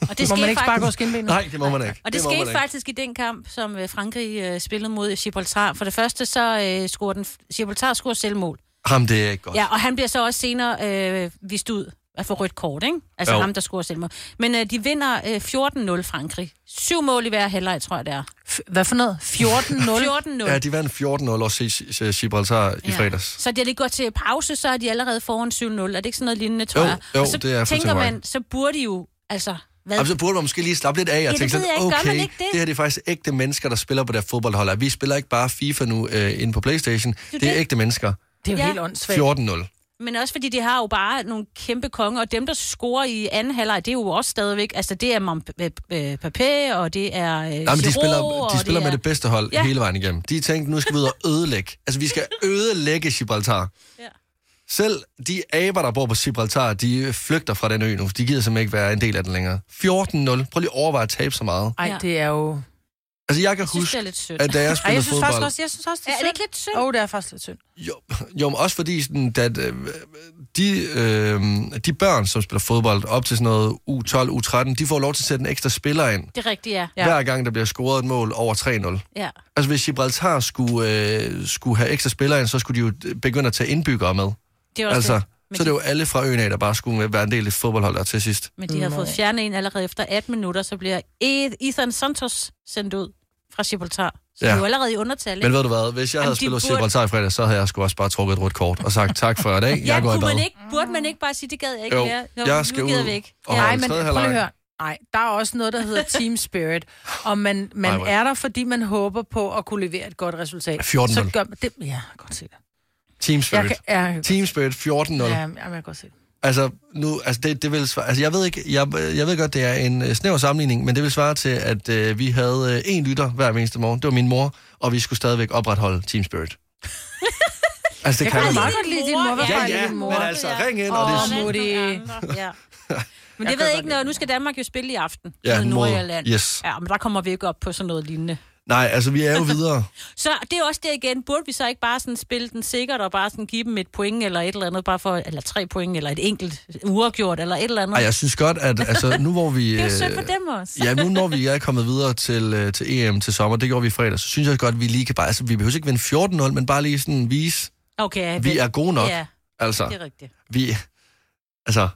Speaker 3: Og det skete faktisk-
Speaker 1: Nej, det må man ikke.
Speaker 3: Og det,
Speaker 1: må man
Speaker 3: det skete
Speaker 1: ikke.
Speaker 3: faktisk i den kamp, som øh, Frankrig øh, spillede mod Gibraltar. For det første, så øh, scorer den, Gibraltar scorer selvmål.
Speaker 1: Ham, det er ikke godt.
Speaker 3: Ja, og han bliver så også senere øh, vist ud at få rødt kort, ikke? Altså
Speaker 1: Jo.
Speaker 3: jo. ham, der scorer selvmål. Men øh, de vinder øh, 14-0 Frankrig. Syv mål i hver halvleg, tror jeg, det er.
Speaker 2: Hvad for noget?
Speaker 3: 14-0? 14-0.
Speaker 1: Ja, de vandt 14 0 også i i- i Gibraltar i
Speaker 3: Ja.
Speaker 1: fredags.
Speaker 3: Så det er går til pause, så er de allerede foran 7-0. Er det ikke sådan noget lignende, tror
Speaker 1: Jo,
Speaker 3: jeg?
Speaker 1: jo,
Speaker 3: og så
Speaker 1: det er
Speaker 3: tænker
Speaker 1: fuldstændig
Speaker 3: man, så burde de jo, altså... Hvad?
Speaker 1: Jamen, så burde man måske lige slappe lidt af og
Speaker 3: Ja, det
Speaker 1: tænke sådan,
Speaker 3: ved jeg ikke. Gør
Speaker 1: okay,
Speaker 3: man ikke det?
Speaker 1: det her det er faktisk ægte mennesker, der spiller på deres fodboldhold. Og Vi spiller ikke bare FIFA nu øh, inde på Playstation.
Speaker 3: er
Speaker 1: Det er
Speaker 3: det.
Speaker 1: ægte mennesker.
Speaker 2: Det
Speaker 3: er jo Ja. Øh, helt åndssvagt.
Speaker 1: 14-0.
Speaker 3: Men også fordi de har jo bare nogle kæmpe konger, og dem, der scorer i anden halvleg, det er jo også stadigvæk... Altså, det er Mom- øh, øh, Papé, og det er øh,
Speaker 1: Nej, men de
Speaker 3: Giroud,
Speaker 1: spiller,
Speaker 3: og
Speaker 1: de spiller
Speaker 3: er-
Speaker 1: med det bedste hold
Speaker 3: Ja.
Speaker 1: ja. hele vejen igennem. De tænkte, nu skal vi ud og ødelægge. Altså, vi skal ødelægge Gibraltar.
Speaker 3: Ja.
Speaker 1: Selv de aber, der bor på Gibraltar, de flygter fra den ø nu. De gider simpelthen ikke være en del af den længere. 14-0. Prøv lige at overveje at tabe så meget.
Speaker 2: Ej, ja. det er jo...
Speaker 1: Altså, jeg
Speaker 2: Jeg
Speaker 1: kan jeg
Speaker 2: synes,
Speaker 1: huske,
Speaker 2: det er lidt synd.
Speaker 1: at da
Speaker 2: Ej,
Speaker 1: jeg
Speaker 2: jeg
Speaker 1: spillede
Speaker 2: synes faktisk
Speaker 1: fodbold...
Speaker 2: også- jeg synes også, det er
Speaker 3: er det
Speaker 2: synd.
Speaker 3: ikke lidt synd?
Speaker 2: Jo, det er faktisk lidt synd.
Speaker 1: Jo, men også fordi, sådan, at øh, de, øh, de børn, som spiller fodbold op til sådan noget U12, U13, de får lov til at sætte en ekstra spiller ind,
Speaker 3: Det er rigtigt, ja.
Speaker 1: ja. hver gang der bliver scoret et mål over 3-0.
Speaker 3: Ja.
Speaker 1: Altså, hvis Gibraltar skulle, øh, skulle have ekstra spillere ind, så skulle de jo begynde at tage indbyggere med.
Speaker 3: Det er også
Speaker 1: altså,
Speaker 3: det.
Speaker 1: så er det jo alle fra øen af, der bare skulle være en del af fodboldholdet til sidst.
Speaker 3: Men de har fået fjernet en allerede efter 18 minutter, så bliver Ed- Ethan Santos sendt ud fra Gibraltar. Så ja.
Speaker 1: Ja.
Speaker 3: de er jo allerede i undertal, ikke?
Speaker 1: Men ved du hvad, hvis jeg
Speaker 3: Jamen,
Speaker 1: havde
Speaker 3: de
Speaker 1: spillet
Speaker 3: burde-
Speaker 1: Gibraltar i fredag, så havde jeg sgu også bare trukket et rødt kort og sagt tak for i dag, jeg
Speaker 3: ja,
Speaker 1: går i
Speaker 3: kunne
Speaker 1: bad.
Speaker 3: man ikke, burde man ikke bare sige, det gad jeg ikke
Speaker 1: Jo,
Speaker 3: mere. Nå,
Speaker 1: jeg
Speaker 3: nu
Speaker 1: skal
Speaker 3: gider
Speaker 1: ud
Speaker 3: vi ikke.
Speaker 1: og
Speaker 2: Nej,
Speaker 1: en
Speaker 2: men prøv
Speaker 1: tredje
Speaker 2: lige at
Speaker 1: halvleg.
Speaker 2: høre. Nej, der er også noget, der hedder team spirit. Og man, man
Speaker 1: Ej, hvor-
Speaker 2: er der, fordi man håber på at kunne levere et godt resultat.
Speaker 1: 14-0.
Speaker 2: Så gør man det. Ja, jeg kan godt se det.
Speaker 1: Team Spirit.
Speaker 2: Jeg kan- ja, jeg kan-
Speaker 1: Team Spirit 14-0.
Speaker 2: Ja, jamen, jeg kan godt se det.
Speaker 1: Altså, nu, altså det, det vil svare, altså jeg ved ikke, jeg, jeg ved godt, det er en øh, snæver sammenligning, men det vil svare til, at øh, vi havde øh, en lytter hver eneste morgen, det var min mor, og vi skulle stadigvæk opretholde Team Spirit. altså, det
Speaker 2: Jeg
Speaker 1: kan,
Speaker 2: kan
Speaker 1: man
Speaker 2: meget
Speaker 1: ikke.
Speaker 2: godt lide din mor. Hvad
Speaker 1: Ja,
Speaker 2: fejler
Speaker 1: ja,
Speaker 2: din mor?
Speaker 1: men altså, ring ind, og
Speaker 2: Åh,
Speaker 1: det er-
Speaker 2: Mutti.
Speaker 3: Ja. Men
Speaker 2: Jeg
Speaker 3: det
Speaker 2: kan
Speaker 3: ved jeg
Speaker 2: godt
Speaker 3: ikke, når nu skal Danmark jo spille i aften.
Speaker 1: Ja,
Speaker 3: mod
Speaker 1: mod-
Speaker 3: Nordirland.
Speaker 1: yes.
Speaker 3: Ja, men der kommer vi ikke op på sådan noget lignende.
Speaker 1: Nej, altså, vi er jo videre.
Speaker 3: Så det er også det igen. Burde vi så ikke bare sådan spille den sikkert og bare sådan give dem et point eller et eller andet, bare for, eller tre point eller et enkelt uafgjort eller et eller andet?
Speaker 1: Ej, jeg synes godt, at altså, nu hvor vi...
Speaker 3: Det er jo synd
Speaker 1: øh,
Speaker 3: for dem altså. også.
Speaker 1: Ja, nu når vi er kommet videre til, øh, til EM til sommer, det gjorde vi i fredag, så synes jeg godt, at vi lige kan bare... Altså, vi behøver ikke vinde 14-0, men bare lige sådan vise,
Speaker 3: Okay.
Speaker 1: vi
Speaker 3: vel.
Speaker 1: er gode nok.
Speaker 3: Ja,
Speaker 1: Altså,
Speaker 3: det er rigtigt.
Speaker 1: vi, altså,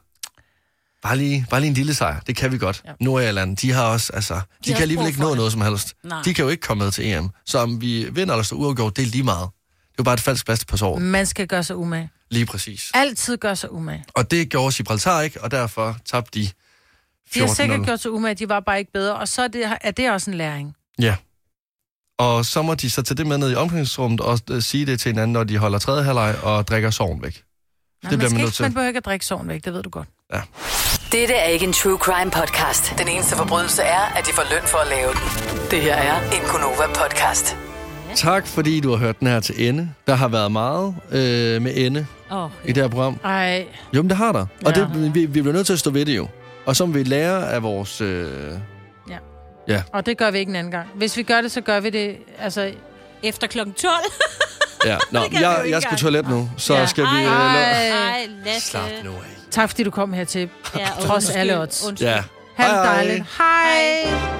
Speaker 1: bare lige, bare lige en lille sejr. Det kan vi godt. Ja. Nordirland, de har også, altså, de, de
Speaker 12: har
Speaker 1: kan
Speaker 12: også
Speaker 1: alligevel
Speaker 12: brug
Speaker 1: ikke
Speaker 12: for
Speaker 1: nå
Speaker 12: det.
Speaker 1: noget som helst.
Speaker 12: Nej.
Speaker 1: De kan jo ikke komme med til EM. Så om vi vinder eller står uafgjort, det er lige meget. Det er jo bare et falsk plaster på såret.
Speaker 2: Man skal gøre sig umage.
Speaker 1: Lige præcis.
Speaker 2: Altid gøre sig umage.
Speaker 1: Og det gjorde Gibraltar ikke, og derfor tabte de 14-0.
Speaker 2: De har sikkert gjort sig umage, de var bare ikke bedre. Og så er det, er det også en læring.
Speaker 1: Ja. Og så må de så tage det med ned i omklædningsrummet og øh, sige det til hinanden, når de holder tredje halvleg og drikker sorgen væk.
Speaker 2: Nå, man,
Speaker 1: det bliver man
Speaker 2: skal
Speaker 1: nødt
Speaker 2: ikke, man
Speaker 1: til.
Speaker 2: behøver ikke at drikke soven væk, det ved du godt.
Speaker 4: Dette er ikke en true crime podcast. Den eneste forbrydelse er, at de får løn for at lave den. Det her er en Gonova-podcast.
Speaker 1: Tak fordi du har hørt den her til ende. Der har været meget øh, med ende
Speaker 3: Åh,
Speaker 1: i det her program.
Speaker 2: Ej.
Speaker 1: Jo, men det har der. Og
Speaker 2: Ja.
Speaker 1: det, vi, vi bliver nødt til at stå ved det jo. Og så må vi lære af vores... Øh,
Speaker 2: Ja.
Speaker 1: ja,
Speaker 2: Og det gør vi ikke en anden gang. Hvis vi gør det, så gør vi det, altså...
Speaker 3: Efter klokken 12.
Speaker 1: ja. Nå,
Speaker 2: vi jo
Speaker 1: jeg,
Speaker 2: ikke
Speaker 1: jeg
Speaker 2: engang.
Speaker 1: skal på toilet nu, så ja. skal vi... Øh, lade-
Speaker 2: Ej,
Speaker 3: Lasse. Slap
Speaker 1: nu
Speaker 2: Tak fordi du kom her til,
Speaker 3: Ja,
Speaker 2: trods
Speaker 3: undskyld,
Speaker 2: alle odds.
Speaker 3: undskyld.
Speaker 1: ja.
Speaker 2: Ha' det
Speaker 1: Hej, hej.
Speaker 2: dejligt. Hej. Hej.